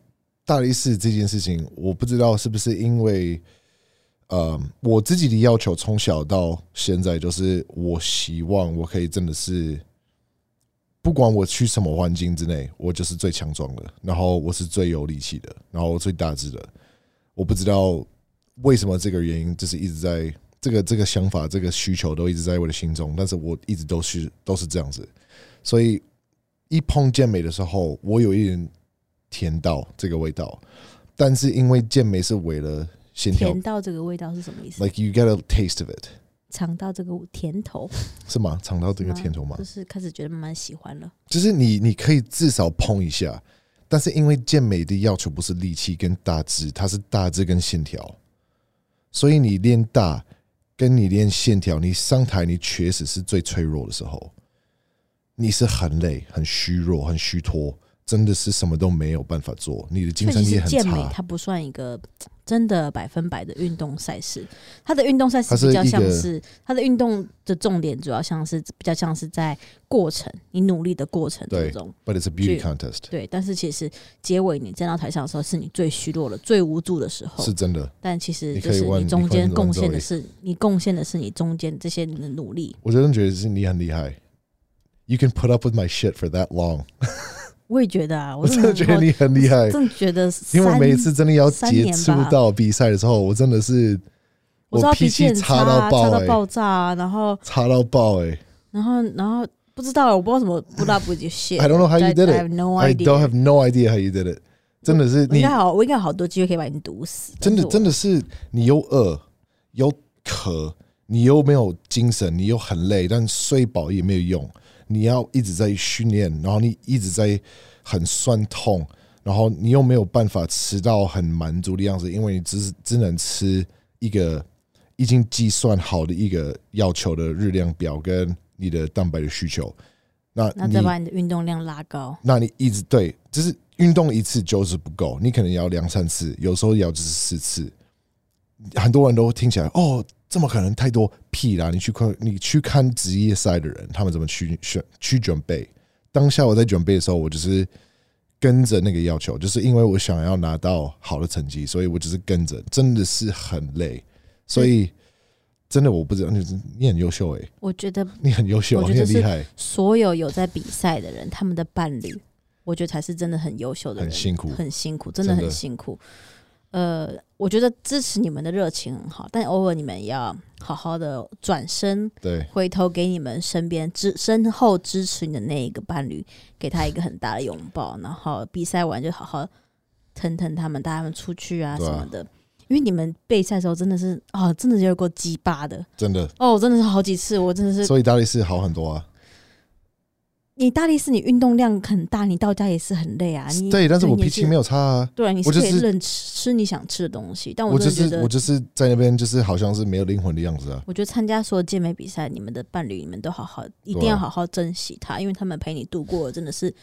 Speaker 2: 大力士这件事情，我不知道是不是因为。呃，我自己的要求从小到现在就是，我希望我可以真的是不管我去什么环境之内，我就是最强壮的，然后我是最有力气的，然后我最大只的。我不知道为什么这个原因，就是一直在这个这个想法、这个需求都一直在我的心中，但是我一直都是都是这样子，所以一碰健美的时候，我有一点甜到这个味道，但是因为健美是为了线条
Speaker 1: 甜到这个味道是什么意思？
Speaker 2: ，like you get a taste of it，
Speaker 1: 尝到这个甜头，
Speaker 2: 是吗？尝到这个
Speaker 1: 是吗
Speaker 2: 甜头吗
Speaker 1: 就？是开始觉得慢慢喜欢了。
Speaker 2: 就是你你可以至少碰一下，但是因为健美的要求不是力气跟大致，它是大致跟线条，所以你练大跟你练线条，你上台你确实是最脆弱的时候，你是很累、很虚弱、很虚脱，真的是什么都没有办法做，你的
Speaker 1: 所
Speaker 2: 精
Speaker 1: 以其
Speaker 2: 神力
Speaker 1: 实
Speaker 2: 很
Speaker 1: 健美
Speaker 2: 差。
Speaker 1: 它不算一个真的百分百的运动赛事，它的运动赛事
Speaker 2: 它是
Speaker 1: 比较像
Speaker 2: 一个
Speaker 1: 是它的运动的重点，主要像是比较像是在过程，你努力的过程当
Speaker 2: 对
Speaker 1: 中。
Speaker 2: But it's a beauty
Speaker 1: 去
Speaker 2: contest，
Speaker 1: 对，但是其实结尾你站到台上的时候，是你最虚弱的、最无助的时候
Speaker 2: 是。真的。
Speaker 1: 但其实
Speaker 2: 你
Speaker 1: 就
Speaker 2: 可以
Speaker 1: 是
Speaker 2: 问
Speaker 1: 你
Speaker 2: 你
Speaker 1: 中
Speaker 2: 可以
Speaker 1: 间
Speaker 2: 问
Speaker 1: 贡献
Speaker 2: Zoe
Speaker 1: 的是你贡献的是你中间这些你的努力。
Speaker 2: 我真的觉得是你很厉害，You can put up with my shit for that long，
Speaker 1: 我也觉得啊，
Speaker 2: 我
Speaker 1: 我
Speaker 2: 真的觉得你很厉
Speaker 1: 嗯
Speaker 2: 害
Speaker 1: 我。真的觉得
Speaker 2: 因为我
Speaker 1: 三
Speaker 2: 每一次真的要接触
Speaker 1: 三年吧
Speaker 2: 到比赛的时候，我真的是
Speaker 1: 我知道
Speaker 2: 脾气
Speaker 1: 很
Speaker 2: 差
Speaker 1: 到
Speaker 2: 到爆哎、
Speaker 1: 爆炸啊，然后
Speaker 2: 差到爆哎、
Speaker 1: 然后然后不知道，我不知道怎么不拉不及 shit。
Speaker 2: I don't know how you did
Speaker 1: I have
Speaker 2: it.
Speaker 1: no
Speaker 2: I don't
Speaker 1: idea。
Speaker 2: have no idea how you did it. 真的是
Speaker 1: 我应
Speaker 2: 你
Speaker 1: 该好，我应该有好多机会可以把你毒死。
Speaker 2: 真的真
Speaker 1: 的，
Speaker 2: 的是你又饿又渴，你又没有精神，你又很累，但睡饱也没有用。你要一直在训练，然后你一直在很酸痛，然后你又没有办法吃到很满足的样子，因为你只只能吃一个已经计算好的一个要求的热量表跟你的蛋白的需求。那
Speaker 1: 那
Speaker 2: 你
Speaker 1: 再把你的运动量拉高。
Speaker 2: 那你一直对，就是运动一次就是不够，你可能也要两三次，有时候也要就是四次。很多人都听起来哦，这么可能太多屁啦！你去看你去看职业赛的人，他们怎么去选去准备？当下我在准备的时候，我就是跟着那个要求，就是因为我想要拿到好的成绩，所以我就是跟着，真的是很累。所以真的我不知道，你你很优秀诶、
Speaker 1: 我觉得
Speaker 2: 你很优秀，
Speaker 1: 我觉
Speaker 2: 你
Speaker 1: 得
Speaker 2: 很
Speaker 1: 是
Speaker 2: 厉害，
Speaker 1: 所有有在比赛的人，他们的伴侣，我觉得才是真的很优秀的人，
Speaker 2: 很辛苦
Speaker 1: 很辛苦，真的
Speaker 2: 真的
Speaker 1: 很辛苦。呃，我觉得支持你们的热情很好，但偶尔你们也要好好的转身，
Speaker 2: 对
Speaker 1: 回头给你们身边支身后支持你的那一个伴侣，给他一个很大的拥抱，然后比赛完就好好疼疼他们，带他们出去啊什
Speaker 2: 对啊
Speaker 1: 么的。因为你们备赛的时候真的是啊，真的有够鸡巴的
Speaker 2: 真的。
Speaker 1: 哦，我真的是好几次，我真的是
Speaker 2: 所以大力士好很多啊。
Speaker 1: 你大力士，你运动量很大，你到家也是很累啊。你
Speaker 2: 对，但是我脾气没
Speaker 1: 有
Speaker 2: 有差啊，
Speaker 1: 对，你是
Speaker 2: 我就
Speaker 1: 可以
Speaker 2: 是
Speaker 1: 任吃吃你想吃的东西。但
Speaker 2: 我
Speaker 1: 真的
Speaker 2: 就
Speaker 1: 觉
Speaker 2: 是
Speaker 1: 得，
Speaker 2: 我就是在那边就是好像是没有灵魂的样子啊。
Speaker 1: 我觉得参加所有健美比赛，你们的伴侣，你们都好好，一定
Speaker 2: 对啊
Speaker 1: 要好好珍惜他，因为他们陪你度过，真的是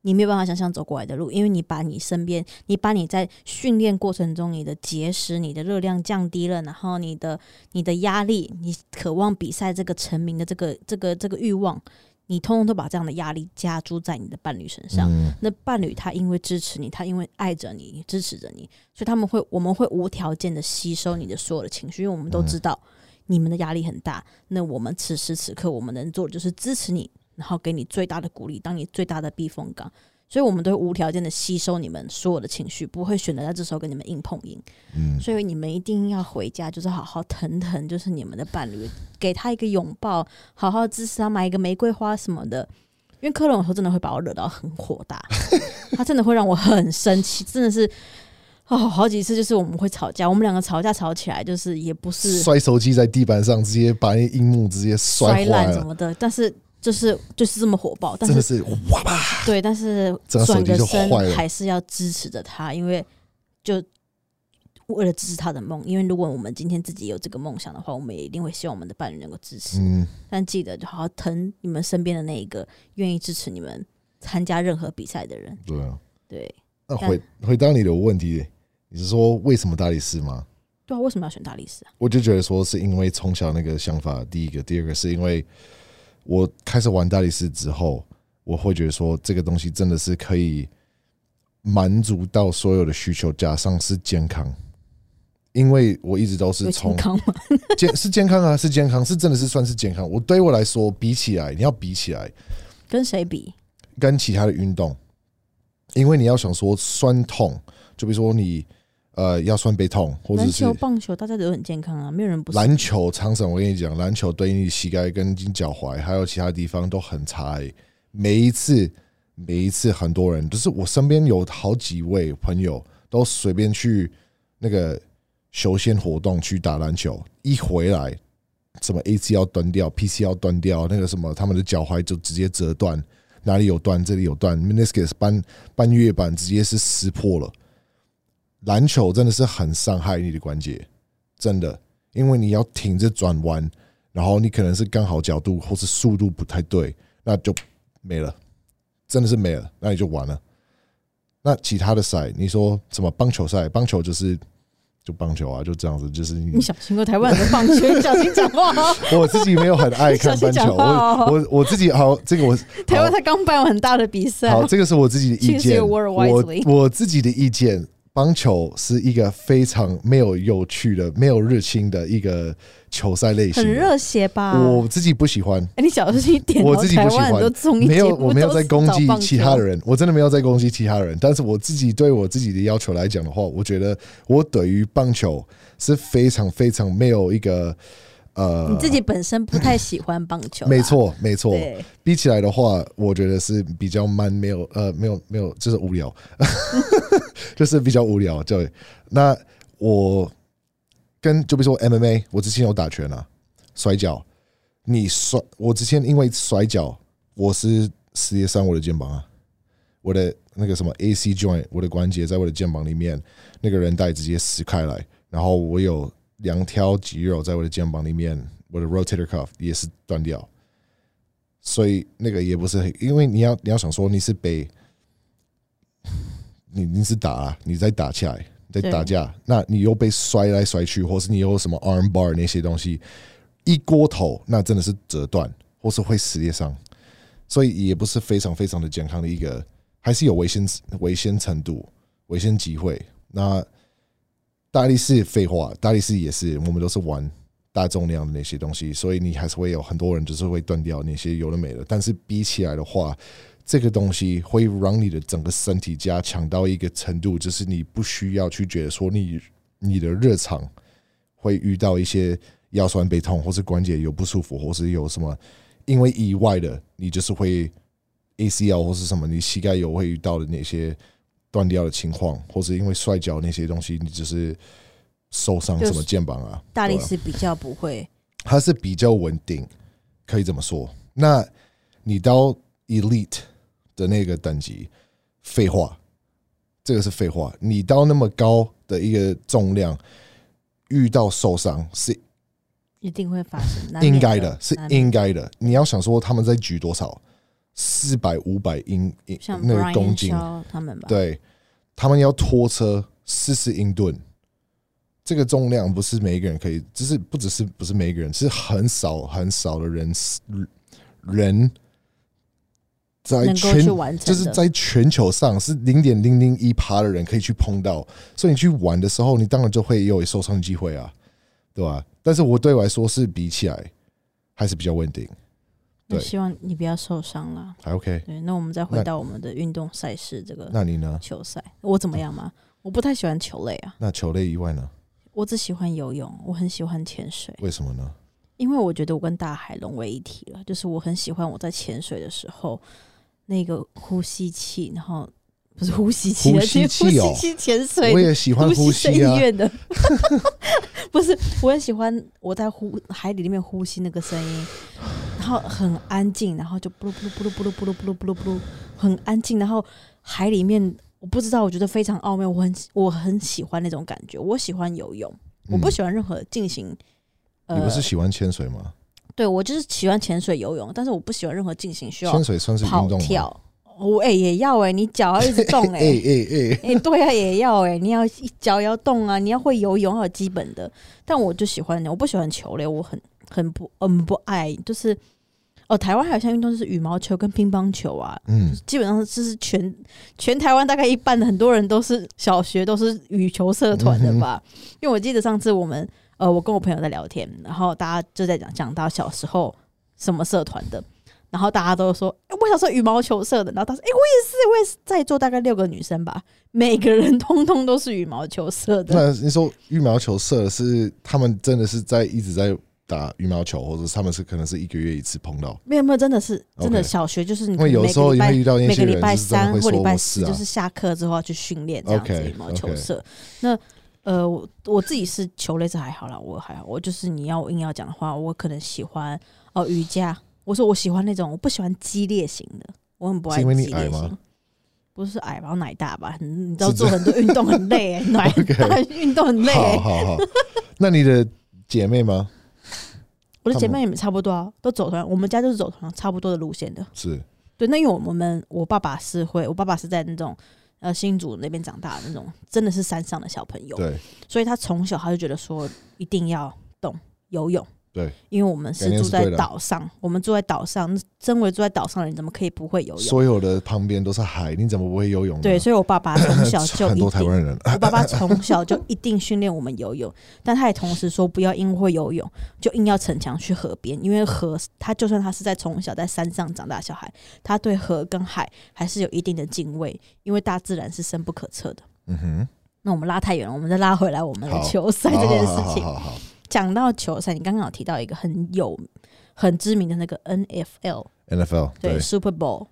Speaker 1: 你没有办法想象走过来的路。因为你把你身边，你把你在训练过程中你的节食、你的热量降低了，然后你的你的压力，你渴望比赛这个成名的这个这个这个欲望，你通通都把这样的压力加诸在你的伴侣身上。
Speaker 2: 嗯，
Speaker 1: 那伴侣他因为支持你，他因为爱着你，支持着你，所以他们会，我们会无条件的吸收你的所有的情绪，因为我们都知道你们的压力很大。那我们此时此刻我们能做的就是支持你，然后给你最大的鼓励，当你最大的避风港。所以我们都会无条件的吸收你们所有的情绪，不会选择在这时候跟你们硬碰硬。
Speaker 2: 嗯，
Speaker 1: 所以你们一定要回家，就是好好疼疼，就是你们的伴侣，给他一个拥抱，好好支持他，买一个玫瑰花什么的。因为科 隆有时候真的会把我惹到很火大，他真的会让我很生气，真的是啊、哦，好几次就是我们会吵架，我们两个吵架吵起来就是也不是
Speaker 2: 摔手机在地板上，直接把那荧幕直接摔
Speaker 1: 摔
Speaker 2: 坏
Speaker 1: 烂什
Speaker 2: 了，
Speaker 1: 么的，但是就是就是这么火爆，但
Speaker 2: 真的
Speaker 1: 是
Speaker 2: 是哇吧！
Speaker 1: 对，但是
Speaker 2: 整个手
Speaker 1: 转
Speaker 2: 机
Speaker 1: 个
Speaker 2: 就
Speaker 1: 身
Speaker 2: 坏了
Speaker 1: 还是要支持着他，因为就为了支持他的梦，因为如果我们今天自己有这个梦想的话，我们也一定会希望我们的伴侣能够支持。
Speaker 2: 嗯，
Speaker 1: 但记得就好好疼你们身边的那一个愿意支持你们参加任何比赛的人。
Speaker 2: 对啊。
Speaker 1: 对，
Speaker 2: 那回回答你的问题，你是说为什么大力士吗？
Speaker 1: 对啊，为什么要选大力士啊？
Speaker 2: 我就觉得说是因为从小那个想法，第一个，第二个是因为我开始玩大力士之后，我会觉得说这个东西真的是可以满足到所有的需求，加上是健康。因为我一直都是
Speaker 1: 有
Speaker 2: 从
Speaker 1: 健康吗？
Speaker 2: 健是健康啊，是健康，是真的是算是健康。我对我来说，比起来，你要比起来
Speaker 1: 跟谁 比？
Speaker 2: 跟其他的运动，因为你要想说酸痛，就比如说你呃腰酸背痛，或者
Speaker 1: 篮
Speaker 2: 是
Speaker 1: 球、棒球，大家都很健康啊，没有人不是。
Speaker 2: 篮球长绳，我跟你讲，篮球对你膝盖跟脚踝还有其他地方都很差、欸。每一次，每一次，很多人就是我身边有好几位朋友都随便去那个休闲活动去打篮球，一回来什么 ACL 断掉，PCL 断掉，那个什么他们的脚踝就直接折断，哪里有断，这里有断，meniscus 半半月板直接是撕破了。篮球真的是很伤害你的关节，真的。因为你要挺着转弯，然后你可能是刚好角度或是速度不太对，那就没了，真的是没了，那你就完了。那其他的赛，你说什么棒球赛？棒球就是就棒球啊，就这样子，就是 你
Speaker 1: 你小心哦过台湾人的棒球，你小心讲话 哦。
Speaker 2: 我自己没有很爱看
Speaker 1: 小心
Speaker 2: 棒
Speaker 1: 讲
Speaker 2: 球，
Speaker 1: 话哦
Speaker 2: 我我我自己好，这个我
Speaker 1: 台湾
Speaker 2: 好
Speaker 1: 他刚办完很大的比赛，哦
Speaker 2: 好，这个是我自己的 意
Speaker 1: Choose
Speaker 2: 见。
Speaker 1: your 啊 word
Speaker 2: 我
Speaker 1: wisely
Speaker 2: 我自己的意见，棒球是一个非常没有有趣的、没有热情的一个球赛类型
Speaker 1: 很
Speaker 2: 的。
Speaker 1: 热啊血吧？
Speaker 2: 我自己不喜欢，
Speaker 1: 哎、你小心一点、哦，
Speaker 2: 我自己不喜
Speaker 1: 台湾很多综艺
Speaker 2: 没有
Speaker 1: 节目
Speaker 2: 我没有
Speaker 1: 都
Speaker 2: 在
Speaker 1: 是
Speaker 2: 攻
Speaker 1: 找
Speaker 2: 击
Speaker 1: 棒
Speaker 2: 其
Speaker 1: 球
Speaker 2: 他的人，我真的没有在攻击其他人。但是我自己对我自己的要求来讲的话，我觉得我对于棒球是非常非常没有一个呃，
Speaker 1: 你自己本身不太喜欢棒球，啊
Speaker 2: 没，错没错，
Speaker 1: 对，
Speaker 2: 比起来的话，我觉得是比较慢，没有呃，没有没有，就是无聊， 就是比较无聊。对，那我跟就比如说 MMA，我之前有打拳啊，摔跤，你摔，我之前因为摔跤，我是直接伤我的肩膀啊，我的那个什么 AC joint，我的关节在我的肩膀里面，那个韧带直接撕开来，然后我有两条肌肉在我的肩膀里面，我的 rotator cuff 也是断掉。所以那个也不是很，因为你要你要想说你是被， 你你是打、啊、你在打架、你在
Speaker 1: 对
Speaker 2: 打架，那你又被摔来摔去，或是你有什么 arm bar 那些东西，一锅头那真的是折断，或是会撕裂伤，所以也不是非常非常的健康的一个，还是有危险危险程度、危险机会。那大力士废话，大力士也是，我们都是玩大重量的那些东西，所以你还是会有很多人就是会断掉那些有的没的。但是比起来的话，这个东西会让你的整个身体加强到一个程度，就是你不需要去觉得说你你的热场会遇到一些腰酸背痛，或是关节有不舒服，或是有什么因为意外的，你就是会 ACL 或是什么，你膝盖有会遇到的那些断掉的情况，或是因为摔跤那些东西，你就是受伤
Speaker 1: 就是
Speaker 2: 什么肩膀啊，
Speaker 1: 大力
Speaker 2: 对啊
Speaker 1: 士比较不会，
Speaker 2: 它是比较稳定，可以这么说。那你到 elite 的那个等级，废话，这个是废话。你到那么高的一个重量，遇到受伤是
Speaker 1: 一定会发生，难免
Speaker 2: 应该的，是
Speaker 1: 难免
Speaker 2: 应该的。你要想说他们在举多少，四百、五百英英
Speaker 1: 像
Speaker 2: 那个
Speaker 1: Brian
Speaker 2: 公斤，
Speaker 1: Shaw 他们吧，，
Speaker 2: 对他们要拖车四十英吨，这个重量不是每一个人可以，就是不只是不是每一个人，是很少很少的人人在
Speaker 1: 能够去
Speaker 2: 哎全
Speaker 1: 完成
Speaker 2: 就
Speaker 1: 的，
Speaker 2: 是在全球上是零点零零一趴的人可以去碰到，所以你去玩的时候，你当然就会有受伤的机会啊，对吧、但是我对我来说是比起来还是比较稳定，
Speaker 1: 那
Speaker 2: 对
Speaker 1: 希望你不要受伤了。
Speaker 2: 还 OK。
Speaker 1: 对，那我们再
Speaker 2: 那
Speaker 1: 回到我们的运动赛事这个
Speaker 2: 那你呢？
Speaker 1: 球赛，我怎么样嘛？我不太喜欢球类啊，
Speaker 2: 那球类以外呢？
Speaker 1: 我只喜欢游泳，我很喜欢潜水，
Speaker 2: 为什么呢？
Speaker 1: 因为我觉得我跟大海融为一体了。就是我很喜欢我在潜水的时候那个呼吸器，然后不是呼吸器啊，
Speaker 2: 呼吸器
Speaker 1: 呼
Speaker 2: 哦
Speaker 1: 吸器潜水，
Speaker 2: 我也喜欢
Speaker 1: 呼
Speaker 2: 呼
Speaker 1: 是
Speaker 2: 吸啊
Speaker 1: 医，院的， 不是，我很喜欢我在呼海里里面呼吸那个声音，然后很安静，然后就布噜布噜布噜布噜布噜布噜布噜，很安静，然后海里面我不知道，我觉得非常奥妙，我很我很喜欢那种感觉，我喜欢游泳，我不
Speaker 2: 嗯
Speaker 1: 喜欢任何进行。
Speaker 2: 你不
Speaker 1: 呃
Speaker 2: 是，喜欢潜水吗？
Speaker 1: 对我就是喜欢潜水、游泳，但是我不喜欢任何进行需要
Speaker 2: 潜水算是运
Speaker 1: 跑
Speaker 2: 动吗？
Speaker 1: 跳。我哎、也要哎、你脚要一直 动哎、
Speaker 2: 哎哎哎，
Speaker 1: 哎、对啊，也要哎、你要一脚要动啊，你要会游泳，要有基本的。但我就喜欢，我不喜欢球类，我很很不很不爱，就是哦，台湾还有一项运动就是羽毛球跟乒乓球啊，
Speaker 2: 嗯，
Speaker 1: 基本上就是全全台湾大概一半的很多人都是小学都是羽球社团的吧？因为我记得上次我们呃，我跟我朋友在聊天，然后大家就在讲讲到小时候什么社团的，然后大家都说、诶我小时候羽毛球社的，然后他说哎、诶我也是，我也是，在座大概六个女生吧，每个人通通都是羽毛球社的，
Speaker 2: 那你说羽毛球社是他们真的是在一直在打羽毛球，或者是他们是可能是一个月一次碰到？
Speaker 1: 没有没有，真的是真的
Speaker 2: OK
Speaker 1: 小学就是你
Speaker 2: 因为
Speaker 1: 嗯
Speaker 2: 有
Speaker 1: 每
Speaker 2: 时
Speaker 1: 个
Speaker 2: 候
Speaker 1: 礼
Speaker 2: 也
Speaker 1: 拜
Speaker 2: 会遇到那
Speaker 1: 每
Speaker 2: 些
Speaker 1: 个礼
Speaker 2: 人，
Speaker 1: 拜
Speaker 2: 就是真
Speaker 1: 三
Speaker 2: 的会
Speaker 1: 或礼
Speaker 2: 说
Speaker 1: 拜
Speaker 2: 我
Speaker 1: 四
Speaker 2: 是
Speaker 1: 就
Speaker 2: 啊
Speaker 1: 是，下课之后要去训练这样子
Speaker 2: OK，
Speaker 1: 羽毛球社。那呃，我我自己是球类是还好啦，我还好，我就是你要硬要讲的话，我可能喜欢哦、瑜伽。我说我喜欢那种，我不喜欢激烈型的，我很不爱
Speaker 2: 是因为你
Speaker 1: 激烈
Speaker 2: 矮吗
Speaker 1: 型。不是矮吧，我奶大吧？很你知道做很多运动很累、 欸，奶大运动很累、
Speaker 2: 好
Speaker 1: 欸。
Speaker 2: 好好。那你的姐妹吗？
Speaker 1: 我的姐
Speaker 2: 他们
Speaker 1: 妹也差不多啊，都走同样，我们家就是走同样差不多的路线的。
Speaker 2: 是
Speaker 1: 对，那因为我们我爸爸是会，我爸爸是在那种呃新竹那边长大的那种，真的是山上的小朋友，
Speaker 2: 对，
Speaker 1: 所以他从小他就觉得说一定要懂游泳。
Speaker 2: 对，
Speaker 1: 因为我们
Speaker 2: 概
Speaker 1: 是
Speaker 2: 念
Speaker 1: 住
Speaker 2: 是
Speaker 1: 在
Speaker 2: 对的
Speaker 1: 岛上，我们住在岛上，身为住在岛上的人，怎么可以不会游泳？
Speaker 2: 所有的旁边都是海，你怎么不会游泳呢？
Speaker 1: 对，所以我爸爸从小就
Speaker 2: 很
Speaker 1: 一
Speaker 2: 多台
Speaker 1: 定
Speaker 2: 湾人
Speaker 1: 我爸爸从小就一定训练我们游泳， 但他也同时说不要因为会游泳就硬要逞强去河边，因为河他就算他是在从小在山上长大的小孩，他对河跟海还是有一定的敬畏，因为大自然是深不可测的。
Speaker 2: 嗯哼，
Speaker 1: 那我们拉太远了，我们再拉回来我们的
Speaker 2: 好
Speaker 1: 球赛这件事
Speaker 2: 好好
Speaker 1: 情。
Speaker 2: 好好好，
Speaker 1: 讲到球赛，你刚刚有提到一个很有很知名的那个 NFL，
Speaker 2: NFL
Speaker 1: 对
Speaker 2: 对
Speaker 1: Super Bowl，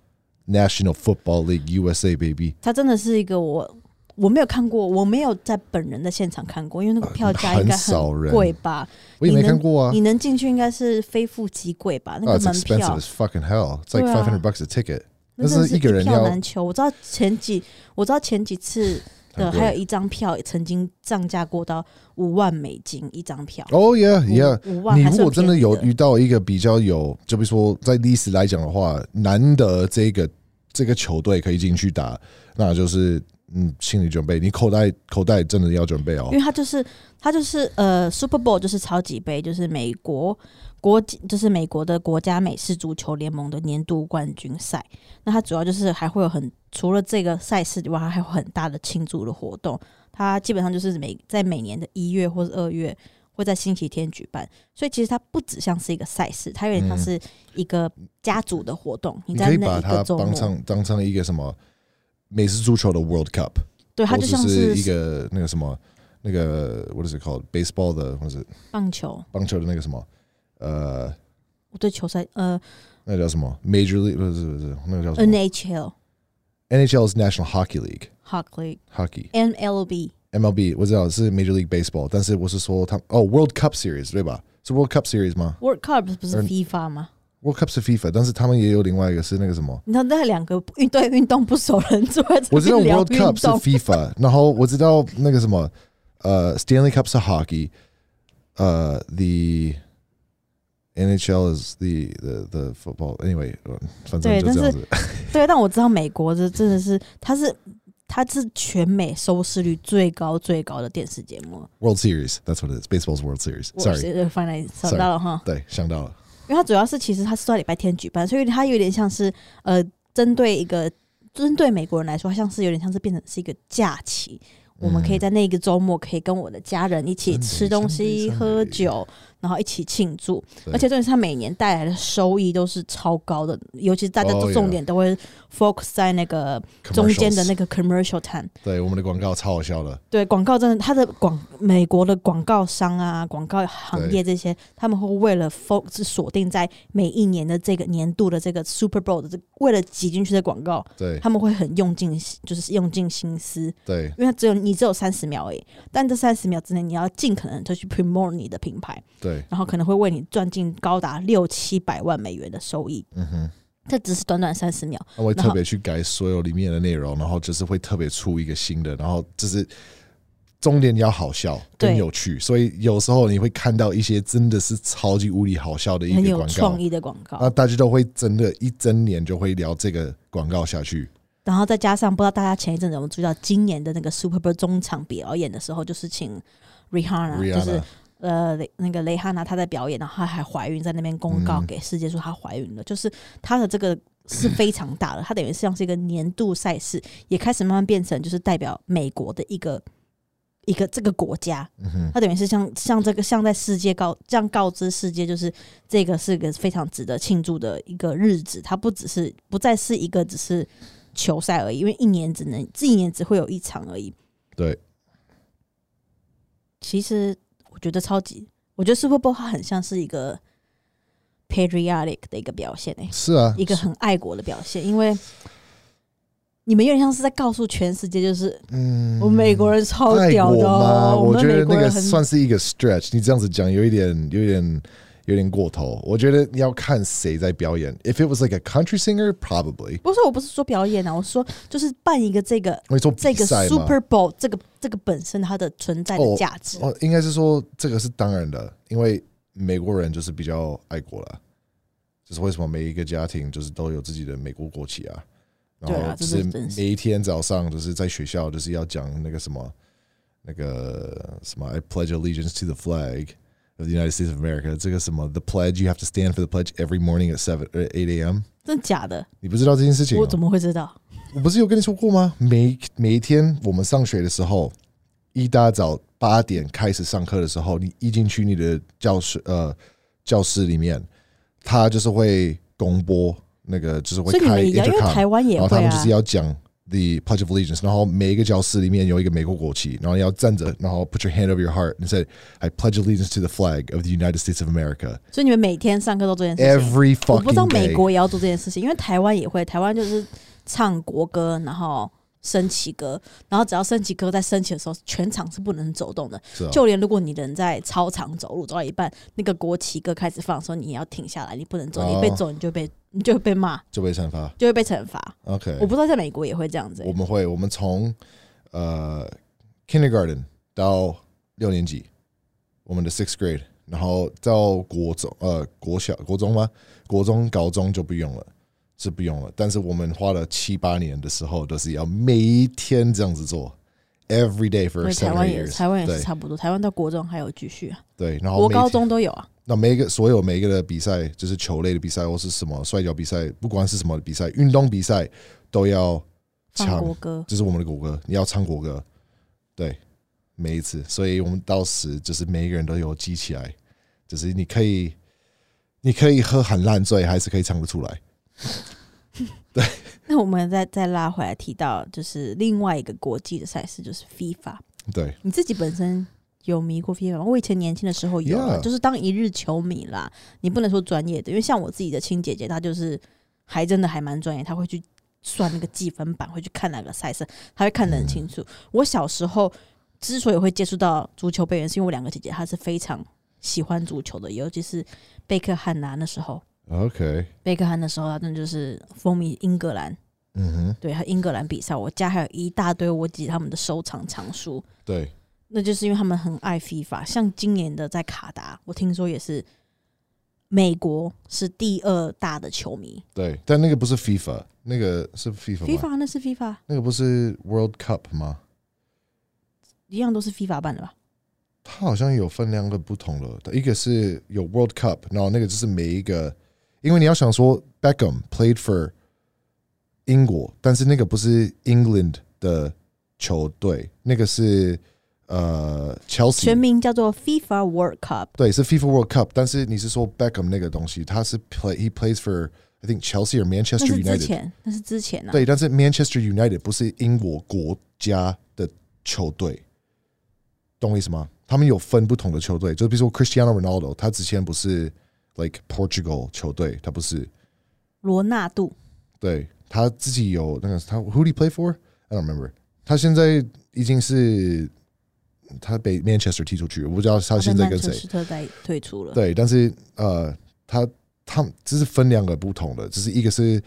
Speaker 2: National Football League USA baby，
Speaker 1: 它真的是一个我我没有看过，我没有在本人在现场看过，因为那个
Speaker 2: 呃
Speaker 1: 票价应
Speaker 2: 很
Speaker 1: 该
Speaker 2: 少
Speaker 1: 很
Speaker 2: 人
Speaker 1: 贵吧？
Speaker 2: 我也
Speaker 1: 你
Speaker 2: 没
Speaker 1: 能
Speaker 2: 看过啊
Speaker 1: 你。能进去应该是非富即贵吧？那
Speaker 2: 啊
Speaker 1: 个
Speaker 2: Oh, ，it's
Speaker 1: 门票
Speaker 2: expensive as fucking hell. It's like
Speaker 1: 对啊
Speaker 2: five hundred bucks a ticket.
Speaker 1: 那真的
Speaker 2: 但是一个人
Speaker 1: 票
Speaker 2: 要
Speaker 1: 难求。我知道前几我知道前几次的
Speaker 2: 很贵
Speaker 1: 还有一张票也曾经涨价过到五万美金一张票。
Speaker 2: Oh yeah,
Speaker 1: 五
Speaker 2: yeah.
Speaker 1: 五万
Speaker 2: 你
Speaker 1: 还
Speaker 2: 如
Speaker 1: 是
Speaker 2: 果
Speaker 1: 很
Speaker 2: 真的
Speaker 1: 便宜
Speaker 2: 有遇到一个比较有，就比如说在历史来讲的话，难得这个这个球队可以进去打，那就是嗯，心理准备，你口袋口袋真的要准 备哦
Speaker 1: 因为。它就是它就是呃，Super Bowl 就是超级杯，就是美国国际就是美国的国家美式足球联盟的年度冠军赛。那它主要就是还会有很除了这个赛事以外，它还有很大的庆祝的活动。它基本上就是每在每年的一月或是二月会在星期天举办，所以其实它不只像是一个赛事，它有点像是一个家族的活动。你
Speaker 2: 你
Speaker 1: 在
Speaker 2: 可以
Speaker 1: 那
Speaker 2: 把
Speaker 1: 一个
Speaker 2: 它
Speaker 1: 周
Speaker 2: 当
Speaker 1: 末，
Speaker 2: 成当成一个什么美式足球的 World Cup，
Speaker 1: 对，它
Speaker 2: 或
Speaker 1: 就
Speaker 2: 者
Speaker 1: 像
Speaker 2: 是一
Speaker 1: 是
Speaker 2: 个那个什么那个 what is it called baseball 的或者是
Speaker 1: 棒球，
Speaker 2: 棒球的那个什么呃
Speaker 1: 我对球赛呃
Speaker 2: 那叫什么 Major League 不是不是那个叫什么
Speaker 1: NHL
Speaker 2: NHL is National Hockey League
Speaker 1: Hockey
Speaker 2: Hockey。
Speaker 1: MLB。
Speaker 2: MLB，我知道是 oh, Major League Baseball，但是我是说他哦 Oh, World Cup Series 对吧？是 World Cup Series 吗
Speaker 1: World Cup 不是
Speaker 2: 而
Speaker 1: FIFA 吗？
Speaker 2: ？World Cup 是 FIFA，但是他们也有另外一个是那个什么？
Speaker 1: 你知道那两个运对运动不熟人坐在这
Speaker 2: 我知道
Speaker 1: 边聊
Speaker 2: World Cup
Speaker 1: 运
Speaker 2: 是
Speaker 1: 动，
Speaker 2: FIFA，然后我知道那个什么呃 Uh, Stanley Cup 是 Hockey，呃 The NHL is the the the football anyway，呃 uh, 反正
Speaker 1: 对
Speaker 2: 就这样子。
Speaker 1: 对，但我知道美国这真的是，它是它是全美收视率最高最高的电视节目。 呃
Speaker 2: World Series，that's what it is，Baseball's World Series，sorry，
Speaker 1: 翻来找
Speaker 2: Sorry
Speaker 1: 到了哈，
Speaker 2: 对，想到了，
Speaker 1: 因为它主要是其实它是在礼拜天举办，所以它有点像是呃，针对一个针对美国人来说，它像是有点像是变成是一个假期。我们可以在那个周末可以跟我的家人一起
Speaker 2: 嗯
Speaker 1: 吃东西、
Speaker 2: Sunday，Sunday，Sunday
Speaker 1: 喝酒，然后一起庆祝。而
Speaker 2: 对
Speaker 1: 且重点是，它每年带来的收益都是超高的，尤其是大家
Speaker 2: 哦
Speaker 1: 都重点都会 focus 在那个中间的
Speaker 2: commercials
Speaker 1: 那个 commercial time。
Speaker 2: 对我们的广告超好笑的，
Speaker 1: 对，广告真的，它的广美国的广告商啊，广告行业这些，他们会为了 focus 锁定在每一年的这个年度的这个 Super Bowl 的这，为了挤进去的广告，
Speaker 2: 对
Speaker 1: 他们会很用尽，就是用尽心思，
Speaker 2: 对
Speaker 1: 因为只有你只有三十秒而已，但这三十秒之内，你要尽可能就去 promote 你的品牌，
Speaker 2: 对，
Speaker 1: 然后可能会为你赚进高达六七百万美元的收益。
Speaker 2: 嗯哼，
Speaker 1: 这只是短短三十秒，
Speaker 2: 他会
Speaker 1: 然后
Speaker 2: 特别去改所有里面的内容，然后就是会特别出一个新的，然后就是重点要好笑跟
Speaker 1: 对
Speaker 2: 有趣，所以有时候你会看到一些真的是超级无理好笑的一
Speaker 1: 很
Speaker 2: 个
Speaker 1: 有
Speaker 2: 广告啊
Speaker 1: 创，意的广告。
Speaker 2: 那大家都会真的，一整年就会聊这个广告下去。
Speaker 1: 然后再加上不知道大家前一阵子有没有注意到，今年的那个 Super Bowl 中场表演的时候，就是请 Rihanna，, 就是
Speaker 2: Rihanna，
Speaker 1: 呃雷那个蕾哈娜她在表演，然后她还怀孕，在那边公告
Speaker 2: 嗯
Speaker 1: 给世界说她怀孕了，就是她的这个。是非常大的，它等于像是一个年度赛事，也开始慢慢变成就是代表美国的一个一个这个国家，
Speaker 2: 嗯哼，
Speaker 1: 它等于是像像这个像在世界告这样告知世界，就是这个是个非常值得庆祝的一个日子。它不只是不再是一个只是球赛而已，因为一年只能这一年只会有一场而已。
Speaker 2: 对，
Speaker 1: 其实我觉得超级，我觉得 Super Bowl 它很像是一个 patriotic 的一个表现诶、
Speaker 2: 是啊，
Speaker 1: 一个很爱国的表现，因为你们有点像是在告诉全世界，就是
Speaker 2: 嗯，
Speaker 1: 我们美国人超
Speaker 2: 泰
Speaker 1: 屌
Speaker 2: 国
Speaker 1: 的
Speaker 2: 吗？
Speaker 1: 哦、
Speaker 2: 我
Speaker 1: 们
Speaker 2: 觉
Speaker 1: 美
Speaker 2: 得
Speaker 1: 国
Speaker 2: 那
Speaker 1: 人
Speaker 2: 个
Speaker 1: 很
Speaker 2: 算是一个 stretch。你这样子讲，有一点，有一点，有点过头。我觉得要看谁在表演。If it was like a country singer, probably。
Speaker 1: 不是，我不是说表演啊，我说就是办一个这个
Speaker 2: 我说比
Speaker 1: 这个
Speaker 2: 赛嘛
Speaker 1: Super Bowl 这个这个本身它的存在的价值。
Speaker 2: 哦，应该是说这个是当然的，因为美国人就是比较爱国了，就是为什么每一个家庭就是都有自己的美国国旗啊，然
Speaker 1: 对啊
Speaker 2: 后
Speaker 1: 这
Speaker 2: 就是
Speaker 1: 是真是
Speaker 2: 每一天早上就是在学校就是要讲那个什么那个什么 I pledge allegiance to the flag of the United States of America，这个什么 the pledge you have to stand for the pledge every morning at seven or eight a.m.
Speaker 1: 真的假的？
Speaker 2: 你不知道这件事情、
Speaker 1: 我
Speaker 2: 哦？
Speaker 1: 怎么会知道？
Speaker 2: 我不是有跟你说过吗？每每一天我们上学的时候，一大早八点开始上课的时候，你一进去你的教室呃教室里面，他就是会公播那个，就是会
Speaker 1: 所以你
Speaker 2: 开
Speaker 1: 们一样，因为
Speaker 2: intercom，
Speaker 1: 台湾也
Speaker 2: 然后他
Speaker 1: 会
Speaker 2: 们就是
Speaker 1: 啊。
Speaker 2: 要讲 the pledge of allegiance，然后每一个教室里面有一个美国国旗，然后你要站着，然后 put your hand over your heart and say I pledge allegiance to the flag of the United States of America
Speaker 1: 所以你们每天上课都做这件事情。
Speaker 2: every
Speaker 1: 我不知道
Speaker 2: fucking
Speaker 1: 美
Speaker 2: day。
Speaker 1: 国也要做这件事情，因为台湾也会，台湾就是唱国歌，然后升旗歌，然后只要升旗歌在升旗的时候，全场是不能走动的。
Speaker 2: 是啊
Speaker 1: 就连如果你人在操场走路走到一半，那个国旗歌开始放的时候，你也要停下来，你不能走，
Speaker 2: 哦
Speaker 1: 你被走你就被你就会被骂，
Speaker 2: 就被惩罚。
Speaker 1: 就会被惩罚。
Speaker 2: OK，
Speaker 1: 我不知道在美国也会这样子、
Speaker 2: 我
Speaker 1: 欸，
Speaker 2: 们会，我们从呃 kindergarten 到六年级，我们的 sixth grade，然后到国中呃国小国中吗？国中高中就不用了，是不用了。但是我们花了七八年的时候，都是要每一天这样子做，every day
Speaker 1: 因
Speaker 2: for
Speaker 1: 为
Speaker 2: seven
Speaker 1: 台湾也
Speaker 2: years。
Speaker 1: 台湾也是
Speaker 2: 对
Speaker 1: 差不多，台湾到国中还有继续啊，
Speaker 2: 对，然后
Speaker 1: 国
Speaker 2: 每一
Speaker 1: 高
Speaker 2: 天
Speaker 1: 中都有啊。
Speaker 2: 那每一个所有每一个的比赛，就是球类的比赛或是什么摔跤比赛，不管是什么比赛，运动比赛都要
Speaker 1: 放
Speaker 2: 抢
Speaker 1: 国歌，
Speaker 2: 这是我们的国歌，你要唱国歌，对，每一次，所以我们到时就是每一个人都有记起来，就是你可以，你可以喝很烂醉，还是可以唱得出来。
Speaker 1: 那我们再再拉回来提到，就是另外一个国际的赛事就是 FIFA。
Speaker 2: 对，
Speaker 1: 你自己本身有迷过 FIFA 吗？我以前年轻的时候有啊
Speaker 2: Yeah
Speaker 1: 就是当一日球迷啦。你不能说专业的，因为像我自己的亲姐姐，她就是还真的还蛮专业，她会去算那个计分板，会去看哪个赛事，她会看得很清楚。我小时候之所以会接触到足球备员，是因为我两个姐姐她是非常喜欢足球的，尤其是贝克汉呐、那时候。
Speaker 2: OK，
Speaker 1: 贝克汉的时候，她真的就是风靡英格兰，
Speaker 2: 嗯哼，
Speaker 1: 对，还有英格兰比赛，我家还有一大堆我姐他们的收藏藏书，
Speaker 2: 对，
Speaker 1: 那就是因为他们很爱 FIFA。像今年的在卡达，我听说也是美国是第二大的球迷。
Speaker 2: 对，但那个不是 FIFA，那个是 FIFA 吗
Speaker 1: FIFA 那是 FIFA，
Speaker 2: 那个不是 World Cup 吗？
Speaker 1: 一样都是 FIFA 办的吧？
Speaker 2: 它好像有分两个不同的，一个是有 World Cup，然后那个就是每一个，因为你要想说 Beckham played for 英国，但是那个不是 England 的球队，那个是呃，Chelsea
Speaker 1: 全名叫做 FIFA World Cup。
Speaker 2: 对，是 FIFA World Cup，但是你是说 Beckham 那个东西，他是 play he plays for I think Chelsea or
Speaker 1: 那
Speaker 2: Manchester
Speaker 1: 是之
Speaker 2: United。
Speaker 1: 前，那是之前啊。
Speaker 2: 对，但是 Manchester United 不是英国国家的球队，懂我意思吗？他们有分不同的球队，就比如说 Cristiano Ronaldo，他之前不是 like Portugal 球队，他不是，
Speaker 1: 罗纳度
Speaker 2: 对他自己有那个他 Who do you play for? I don't remember。他现在已经是他被 Manchester 踢出去，我不知道他现在
Speaker 1: 被曼
Speaker 2: 跟
Speaker 1: 彻
Speaker 2: 谁。
Speaker 1: 斯特在退出了。
Speaker 2: 对，但是呃，他他们这是分两个不同的，就是一个是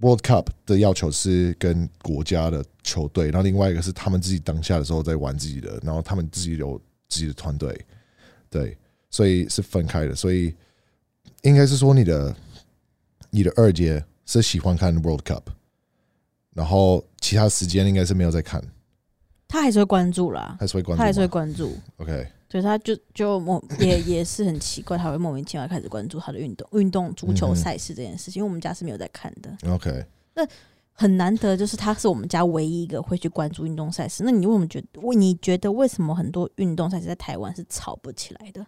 Speaker 2: World Cup 的要求是跟国家的球队，然后另外一个是他们自己当下的时候在玩自己的，然后他们自己有自己的团队，对，所以是分开的，所以应该是说你的你的二阶是喜欢看 World Cup，然后其他时间应该是没有在看，
Speaker 1: 他还是会关注啦，
Speaker 2: 还是会关
Speaker 1: 他还是
Speaker 2: 注
Speaker 1: 会
Speaker 2: 吗
Speaker 1: 关注。
Speaker 2: ，OK，
Speaker 1: 对，他就就莫也也是很奇怪，他会莫名其妙开始关注他的运动运动足
Speaker 2: 嗯
Speaker 1: 球
Speaker 2: 哼
Speaker 1: 赛事这件事情，因为我们家是没有在看的。
Speaker 2: OK，
Speaker 1: 很难得，就是他是我们家唯一一个会去关注运动赛事。那你为什么觉得？你觉得为什么很多运动赛事在台湾是炒不起来的？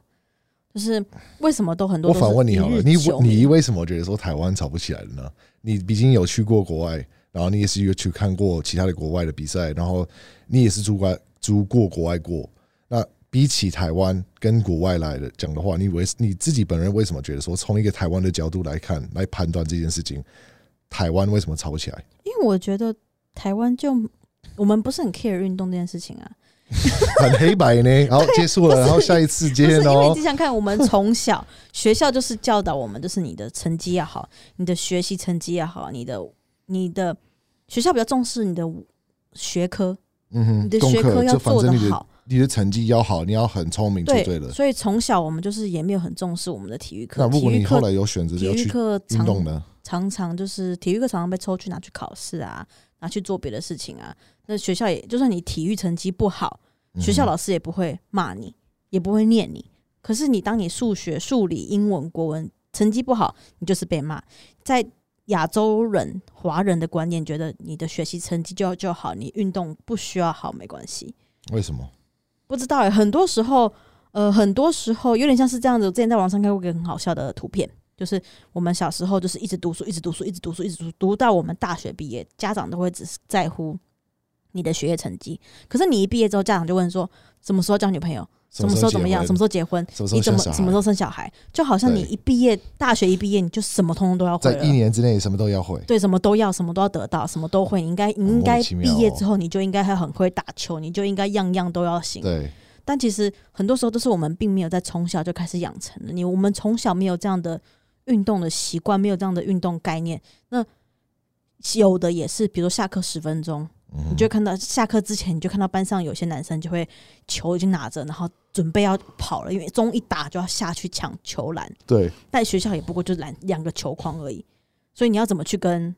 Speaker 1: 就是为什么都很多
Speaker 2: 我
Speaker 1: 都是
Speaker 2: 反问你好了，
Speaker 1: 一
Speaker 2: 你
Speaker 1: 日球迷
Speaker 2: 你为什么觉得说台湾炒不起来了呢？你毕竟有去过国外，然后你也是有去看过其他的国外的比赛，然后你也是住过住过国外过。那比起台湾跟国外来的讲的话，你为你自己本人为什么觉得说从一个台湾的角度来看来判断这件事情，台湾为什么炒不起来？
Speaker 1: 因为我觉得台湾就我们不是很 care 运动这件事情啊，
Speaker 2: 很黑白呢。好，结束了，然后下一次
Speaker 1: 不是
Speaker 2: 见
Speaker 1: 因为
Speaker 2: 哦
Speaker 1: 你。想想看，我们从 小学校就是教导我们，就是你的成绩要好，你的学习成绩要好，你的你的学校比较重视你的学科，
Speaker 2: 嗯
Speaker 1: 你
Speaker 2: 哼，
Speaker 1: 的
Speaker 2: 功
Speaker 1: 学科
Speaker 2: 课
Speaker 1: 要
Speaker 2: 就反
Speaker 1: 做得
Speaker 2: 正你的
Speaker 1: 好。
Speaker 2: 你的成绩要好，你要很聪明就对了。
Speaker 1: 所以从小我们就是也没有很重视我们的体育课。
Speaker 2: 那如果
Speaker 1: 体
Speaker 2: 你
Speaker 1: 育
Speaker 2: 后
Speaker 1: 课
Speaker 2: 来有选择
Speaker 1: 体
Speaker 2: 要
Speaker 1: 育
Speaker 2: 去
Speaker 1: 课
Speaker 2: 运动
Speaker 1: 常
Speaker 2: 呢？
Speaker 1: 常常就是体育课常常被抽去拿去考试啊，拿去做别的事情啊。那学校也就算你体育成绩不好，学校
Speaker 2: 嗯哼
Speaker 1: 老师也不会骂你，也不会念你。可是你当你数学、数理、英文、国文成绩不好，你就是被骂。在亚洲人、华人的观念，觉得你的学习成绩就要就好，你运动不需要好没关系。
Speaker 2: 嗯为什么？
Speaker 1: 不知道哎、很多时候，呃，很多时候有点像是这样子。我之前在网上看过一个很好笑的图片，就是我们小时候就是一直读书，一直读书，一直读书，一直读，读到我们大学毕业，家长都会只是在乎你的学业成绩。可是你一毕业之后，家长就问说，什么时候交女朋友？什么时候怎么样？什么时
Speaker 2: 候
Speaker 1: 候结婚？
Speaker 2: 什么时
Speaker 1: 你
Speaker 2: 候
Speaker 1: 怎
Speaker 2: 生
Speaker 1: 么
Speaker 2: 小孩
Speaker 1: 什么时候生小孩？就好像你
Speaker 2: 对
Speaker 1: 一毕业，大学一毕业，你就什么通通都要会
Speaker 2: 在
Speaker 1: 了
Speaker 2: 一。年之内什么都要会？
Speaker 1: 对，什么都要，什么都要得到，什么都会。你应该，你
Speaker 2: 很莫
Speaker 1: 应该
Speaker 2: 名其妙
Speaker 1: 毕业
Speaker 2: 哦
Speaker 1: 之后，你就应该还很会打球，你就应该样样都要行。
Speaker 2: 对，
Speaker 1: 但其实很多时候都是我们并没有在从小就开始养成的。你我们从小没有这样的运动的习惯，没有这样的运动概念。那有的也是，比如下课十分钟，
Speaker 2: 嗯哼
Speaker 1: 你就会看到下课之前，你就看到班上有些男生就会球已经拿着，然后准备要跑了，因为钟一打就要下去抢球篮。
Speaker 2: 对，
Speaker 1: 但学校也不过就两两个球框而已，所以你要怎么去跟？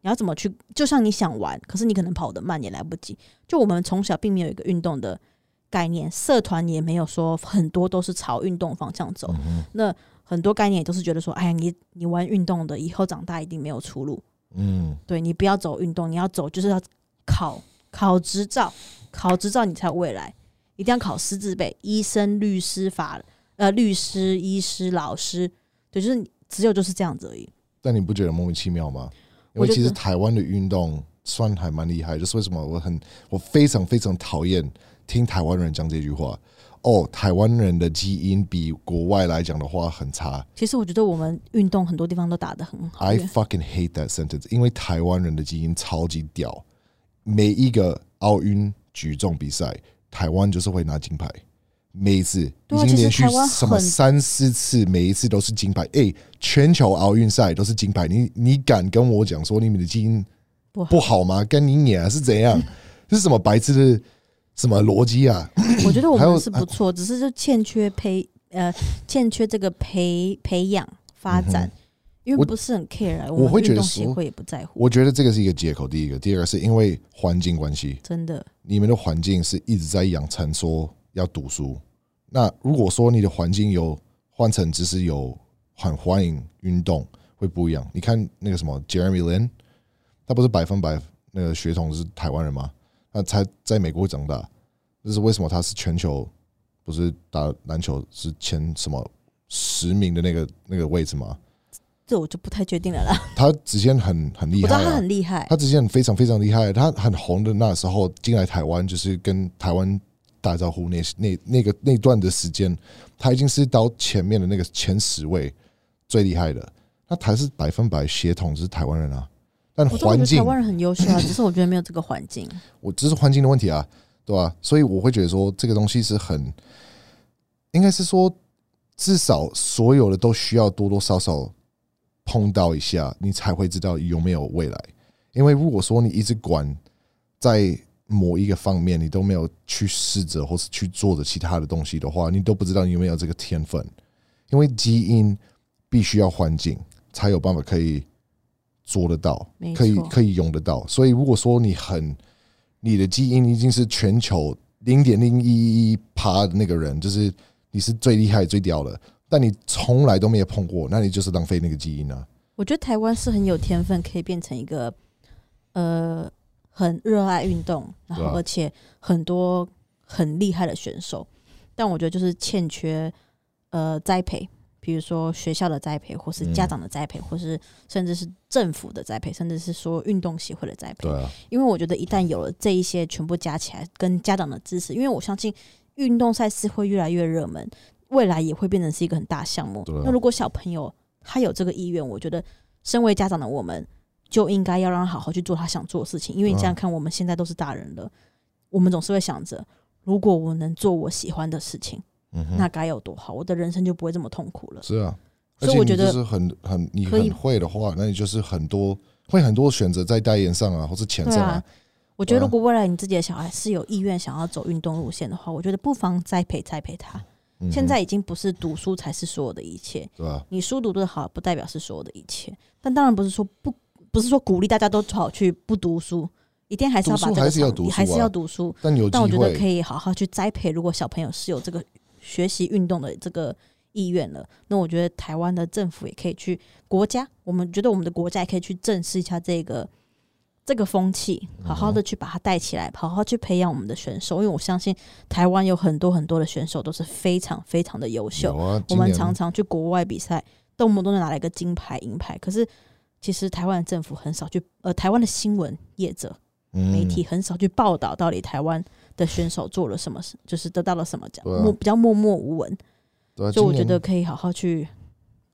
Speaker 1: 你要怎么去？就像你想玩，可是你可能跑得慢也来不及。就我们从小并没有一个运动的概念，社团也没有说很多都是朝运动方向走。
Speaker 2: 嗯哼
Speaker 1: 那很多概念也都是觉得说，哎呀，你你玩运动的，以后长大一定没有出路。
Speaker 2: 嗯，
Speaker 1: 对你不要走运动，你要走就是要考考执照，考执照你才有未来，一定要考师资辈，医生、律师、法呃律师、医师、老师，对，就是你只有就是这样子而已。
Speaker 2: 但你不觉得莫名其妙吗？因
Speaker 1: 我
Speaker 2: 为
Speaker 1: 觉
Speaker 2: 其实
Speaker 1: 得
Speaker 2: 台湾的运动算还蛮厉害，就是为什么我很我非常非常讨厌听台湾人讲这句话。哦，台湾人的基因比国外来讲的话很差。
Speaker 1: 其实我觉得我们运动很多地方都打得很好，
Speaker 2: I
Speaker 1: 因为
Speaker 2: fucking hate that sentence，因为台湾人的基因超级屌，每一个奥运举重比赛，台湾就是会拿金牌，每一次已
Speaker 1: 对啊
Speaker 2: 经连
Speaker 1: 其实
Speaker 2: 续
Speaker 1: 台湾
Speaker 2: 什么
Speaker 1: 很
Speaker 2: 三四次，每一次都是金牌。诶，全球奥运赛都是金牌，你你敢跟我讲说你们的基因
Speaker 1: 不好
Speaker 2: 不好吗？跟你娘是怎样？这是什么白痴的什么逻辑啊？
Speaker 1: 我觉得我
Speaker 2: 还有
Speaker 1: 们是不错，只是就欠缺培呃欠缺这个培培养发展，因
Speaker 2: 嗯我
Speaker 1: 为不是很 care，啊
Speaker 2: 我
Speaker 1: 们
Speaker 2: 会觉
Speaker 1: 运
Speaker 2: 得
Speaker 1: 动
Speaker 2: 说
Speaker 1: 协会也不在乎，
Speaker 2: 我觉得这个是一个借口。第一个，第二个是因为环境关系。
Speaker 1: 真的
Speaker 2: 你们的环境是一直在养成说要读书。那如果说你的环境有换成只是有很欢迎运动，会不一样。你看那个什么 Jeremy Lin，他不是百分百那个血统是台湾人吗？那才在美国长大，这是为什么他是全球不是打篮球是前什么十名的那个那个位置吗？
Speaker 1: 这我就不太确定了啦。
Speaker 2: 他之前很很
Speaker 1: 我
Speaker 2: 厉
Speaker 1: 知
Speaker 2: 害、
Speaker 1: 道他
Speaker 2: 啊
Speaker 1: 很，厉害，
Speaker 2: 他之前非常非常厉害，他很红的那时候进来台湾，就是跟台湾打招呼那那那个那段的时间，他已经是到前面的那个前十位最厉害的，那他是百分百血统是台湾人啊，但
Speaker 1: 我真的
Speaker 2: 环
Speaker 1: 觉得
Speaker 2: 境
Speaker 1: 台湾人很优秀 啊，只是我觉得没有这个环境。
Speaker 2: 我这是环境的问题啊，对吧、所以我会觉得说，这个东西是很，应该是说，至少所有的都需要多多少少碰到一下，你才会知道有没有未来。因为如果说你一直管在某一个方面，你都没有去试着或是去做着其他的东西的话，你都不知道你有没有这个天分。因为基因必须要环境才有办法可以做得到
Speaker 1: 没，
Speaker 2: 可以
Speaker 1: 错
Speaker 2: 可以用得到。所以如果说你很你的基因已经是全球零点零一一趴的那个人，就是你是最厉害最屌的，但你从来都没有碰过，那你就是浪费那个基因啊。
Speaker 1: 我觉得台湾是很有天分，可以变成一个呃很热爱运动，然后
Speaker 2: 对啊
Speaker 1: 而且很多很厉害的选手，但我觉得就是欠缺呃栽培，比如说学校的栽培，或是家
Speaker 2: 嗯
Speaker 1: 长的栽培，或是甚至是政府的栽培，甚至是说运动协会的栽培。
Speaker 2: 啊，
Speaker 1: 因为我觉得一旦有了这一些全部加起来，跟家长的支持，因为我相信运动赛事会越来越热门，未来也会变成是一个很大项目
Speaker 2: 对啊。
Speaker 1: 那如果小朋友他有这个意愿，我觉得身为家长的我们就应该要让他好好去做他想做的事情，因为你
Speaker 2: 对啊
Speaker 1: 想想看，我们现在都是大人了，我们总是会想着，如果我能做我喜欢的事情，
Speaker 2: 嗯哼，
Speaker 1: 那该有多好，我的人生就不会这么痛苦了。
Speaker 2: 是啊。
Speaker 1: 所以我觉
Speaker 2: 而
Speaker 1: 得
Speaker 2: 且你就是很很你
Speaker 1: 可以
Speaker 2: 很会的话，那你就是很多会很多选择在代言上啊，或是钱
Speaker 1: 对
Speaker 2: 上
Speaker 1: 啊
Speaker 2: 啊。，
Speaker 1: 我觉得
Speaker 2: 对啊
Speaker 1: 如果未来你自己的小孩是有意愿想要走运动路线的话，我觉得不妨栽培栽培他。
Speaker 2: 嗯哼
Speaker 1: 现在已经不是读书才是所有的一切，
Speaker 2: 对啊吧？
Speaker 1: 你书读得好不代表是所有的一切。但当然不是说不，不是说鼓励大家都跑去不读书，一定还是要把这
Speaker 2: 读书
Speaker 1: 个
Speaker 2: 还是要
Speaker 1: 场地
Speaker 2: 读书啊
Speaker 1: 还是要读书。
Speaker 2: 但有机
Speaker 1: 但我觉得可
Speaker 2: 会，
Speaker 1: 以好好去栽培，如果小朋友是有这个学习运动的这个意愿了，那我觉得台湾的政府也可以去国家，我们觉得我们的国家也可以去正视一下这个这个风气，好好
Speaker 2: 嗯
Speaker 1: 的去把它带起来，好好去培养我们的选手，因为我相信台湾有很多很多的选手都是非常非常的优秀
Speaker 2: 有，啊。
Speaker 1: 我
Speaker 2: 今
Speaker 1: 们
Speaker 2: 年
Speaker 1: 常常去国外比赛，动不动就拿来一个金牌、银牌，可是。其实台湾的政府很少去，呃，台湾的新闻业者
Speaker 2: 嗯
Speaker 1: 媒体很少去报道到底台湾的选手做了什么事，就是得到了什么奖，
Speaker 2: 对啊
Speaker 1: 默、比较默默无闻，
Speaker 2: 对啊
Speaker 1: 所以我
Speaker 2: 今
Speaker 1: 觉
Speaker 2: 年
Speaker 1: 得可以好好去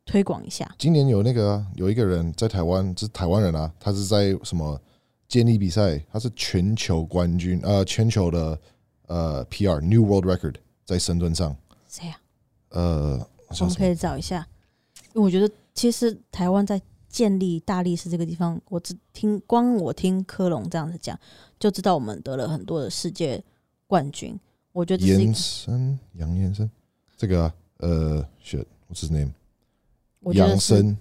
Speaker 1: 推广一下。
Speaker 2: 今年有那个啊有一个人在台湾，是台湾人啊，他是在什么健力比赛，他是全球冠军，呃，全球的呃 PR New World Record 在深蹲上，
Speaker 1: 谁呀、
Speaker 2: 呃，
Speaker 1: 我
Speaker 2: 叫
Speaker 1: 们
Speaker 2: 什
Speaker 1: 可
Speaker 2: 么？
Speaker 1: 以找一下，因为我觉得其实台湾在建立大力士这个地方，我只听光我听科隆这样子讲，就知道我们得了很多的世界冠军。我觉得这是一
Speaker 2: 延
Speaker 1: 个，
Speaker 2: 伸杨延伸，这个、啊、呃，shit，what's his name？
Speaker 1: 我觉得
Speaker 2: 杨
Speaker 1: 是
Speaker 2: 森，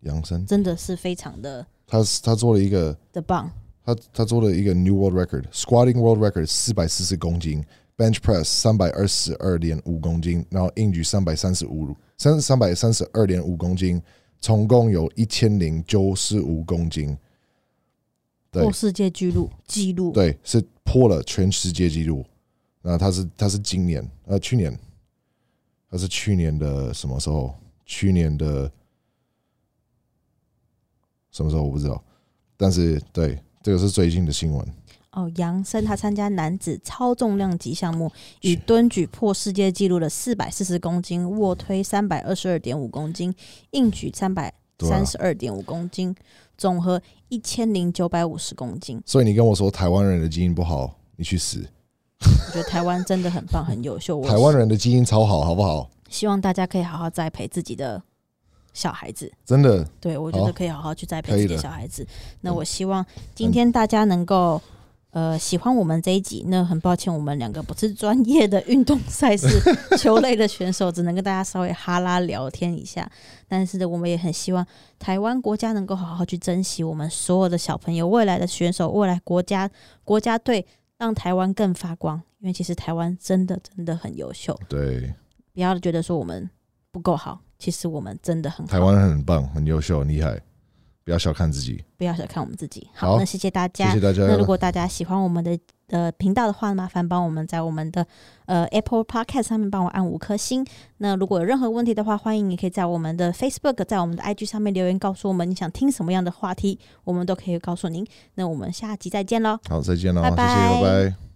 Speaker 2: 杨森，
Speaker 1: 真的是非常的
Speaker 2: 他他做了一个
Speaker 1: 的棒。
Speaker 2: 他他做了一个 New World Record，Squatting World Record 四百四十公斤，Bench Press 三百二十二点五公斤，然后硬举三百三十五三三百三十二点五公斤，总共有一千零九十五公斤。对
Speaker 1: 破世界纪录，纪录
Speaker 2: 对，是破了全世界纪录。那他是他是今年呃去年，他是去年的什么时候？去年的什么时候我不知道，但是对，这个是最近的新闻。
Speaker 1: 哦，杨森他参加男子超重量级项目，以蹲举破世界纪录的四百四十公斤，卧推三百二十二点五公斤，硬举三百
Speaker 2: 对啊
Speaker 1: 三十二点五公斤，总和一千零九百五十公斤。
Speaker 2: 所以你跟我说台湾人的基因不好，你去死！
Speaker 1: 我觉得台湾真的很棒，很优秀。我
Speaker 2: 台湾人的基因超好，好不好？
Speaker 1: 希望大家可以好好栽培自己的小孩子。
Speaker 2: 真的，
Speaker 1: 对，我觉
Speaker 2: 好
Speaker 1: 得可以好好去栽培
Speaker 2: 可以
Speaker 1: 自己的
Speaker 2: 的嗯
Speaker 1: 小孩子。那我希望今天大家能够。呃，喜欢我们这一集，那很抱歉，我们两个不是专业的运动赛 事球类的选手，只能跟大家稍微哈拉聊天一下。但是呢，我们也很希望台湾国家能够好好去珍惜我们所有的小朋友、未来的选手、未来国家国家队，让台湾更发光。因为其实台湾真的真的很优秀，
Speaker 2: 对，
Speaker 1: 不要觉得说我们不够好，其实我们真的很好。
Speaker 2: 台湾人很棒，很优秀，很厉害，不要小看自己。
Speaker 1: 不要小看我们自己。
Speaker 2: 好
Speaker 1: 那谢谢大
Speaker 2: 谢
Speaker 1: 家。
Speaker 2: 谢大家。
Speaker 1: 那如果大家喜欢我们的呃频道的话，麻烦帮我们在我们的呃 Apple Podcast 上面帮我按五颗星。那如果有任何问题的话，欢迎你可以在我们的 Facebook、在我们的 IG 上面留言，告诉我们你想听什么样的话题，我们都可以告诉您。那我们下集再见喽。
Speaker 2: 好，再见喽，哦
Speaker 1: 拜拜
Speaker 2: 谢谢，拜拜。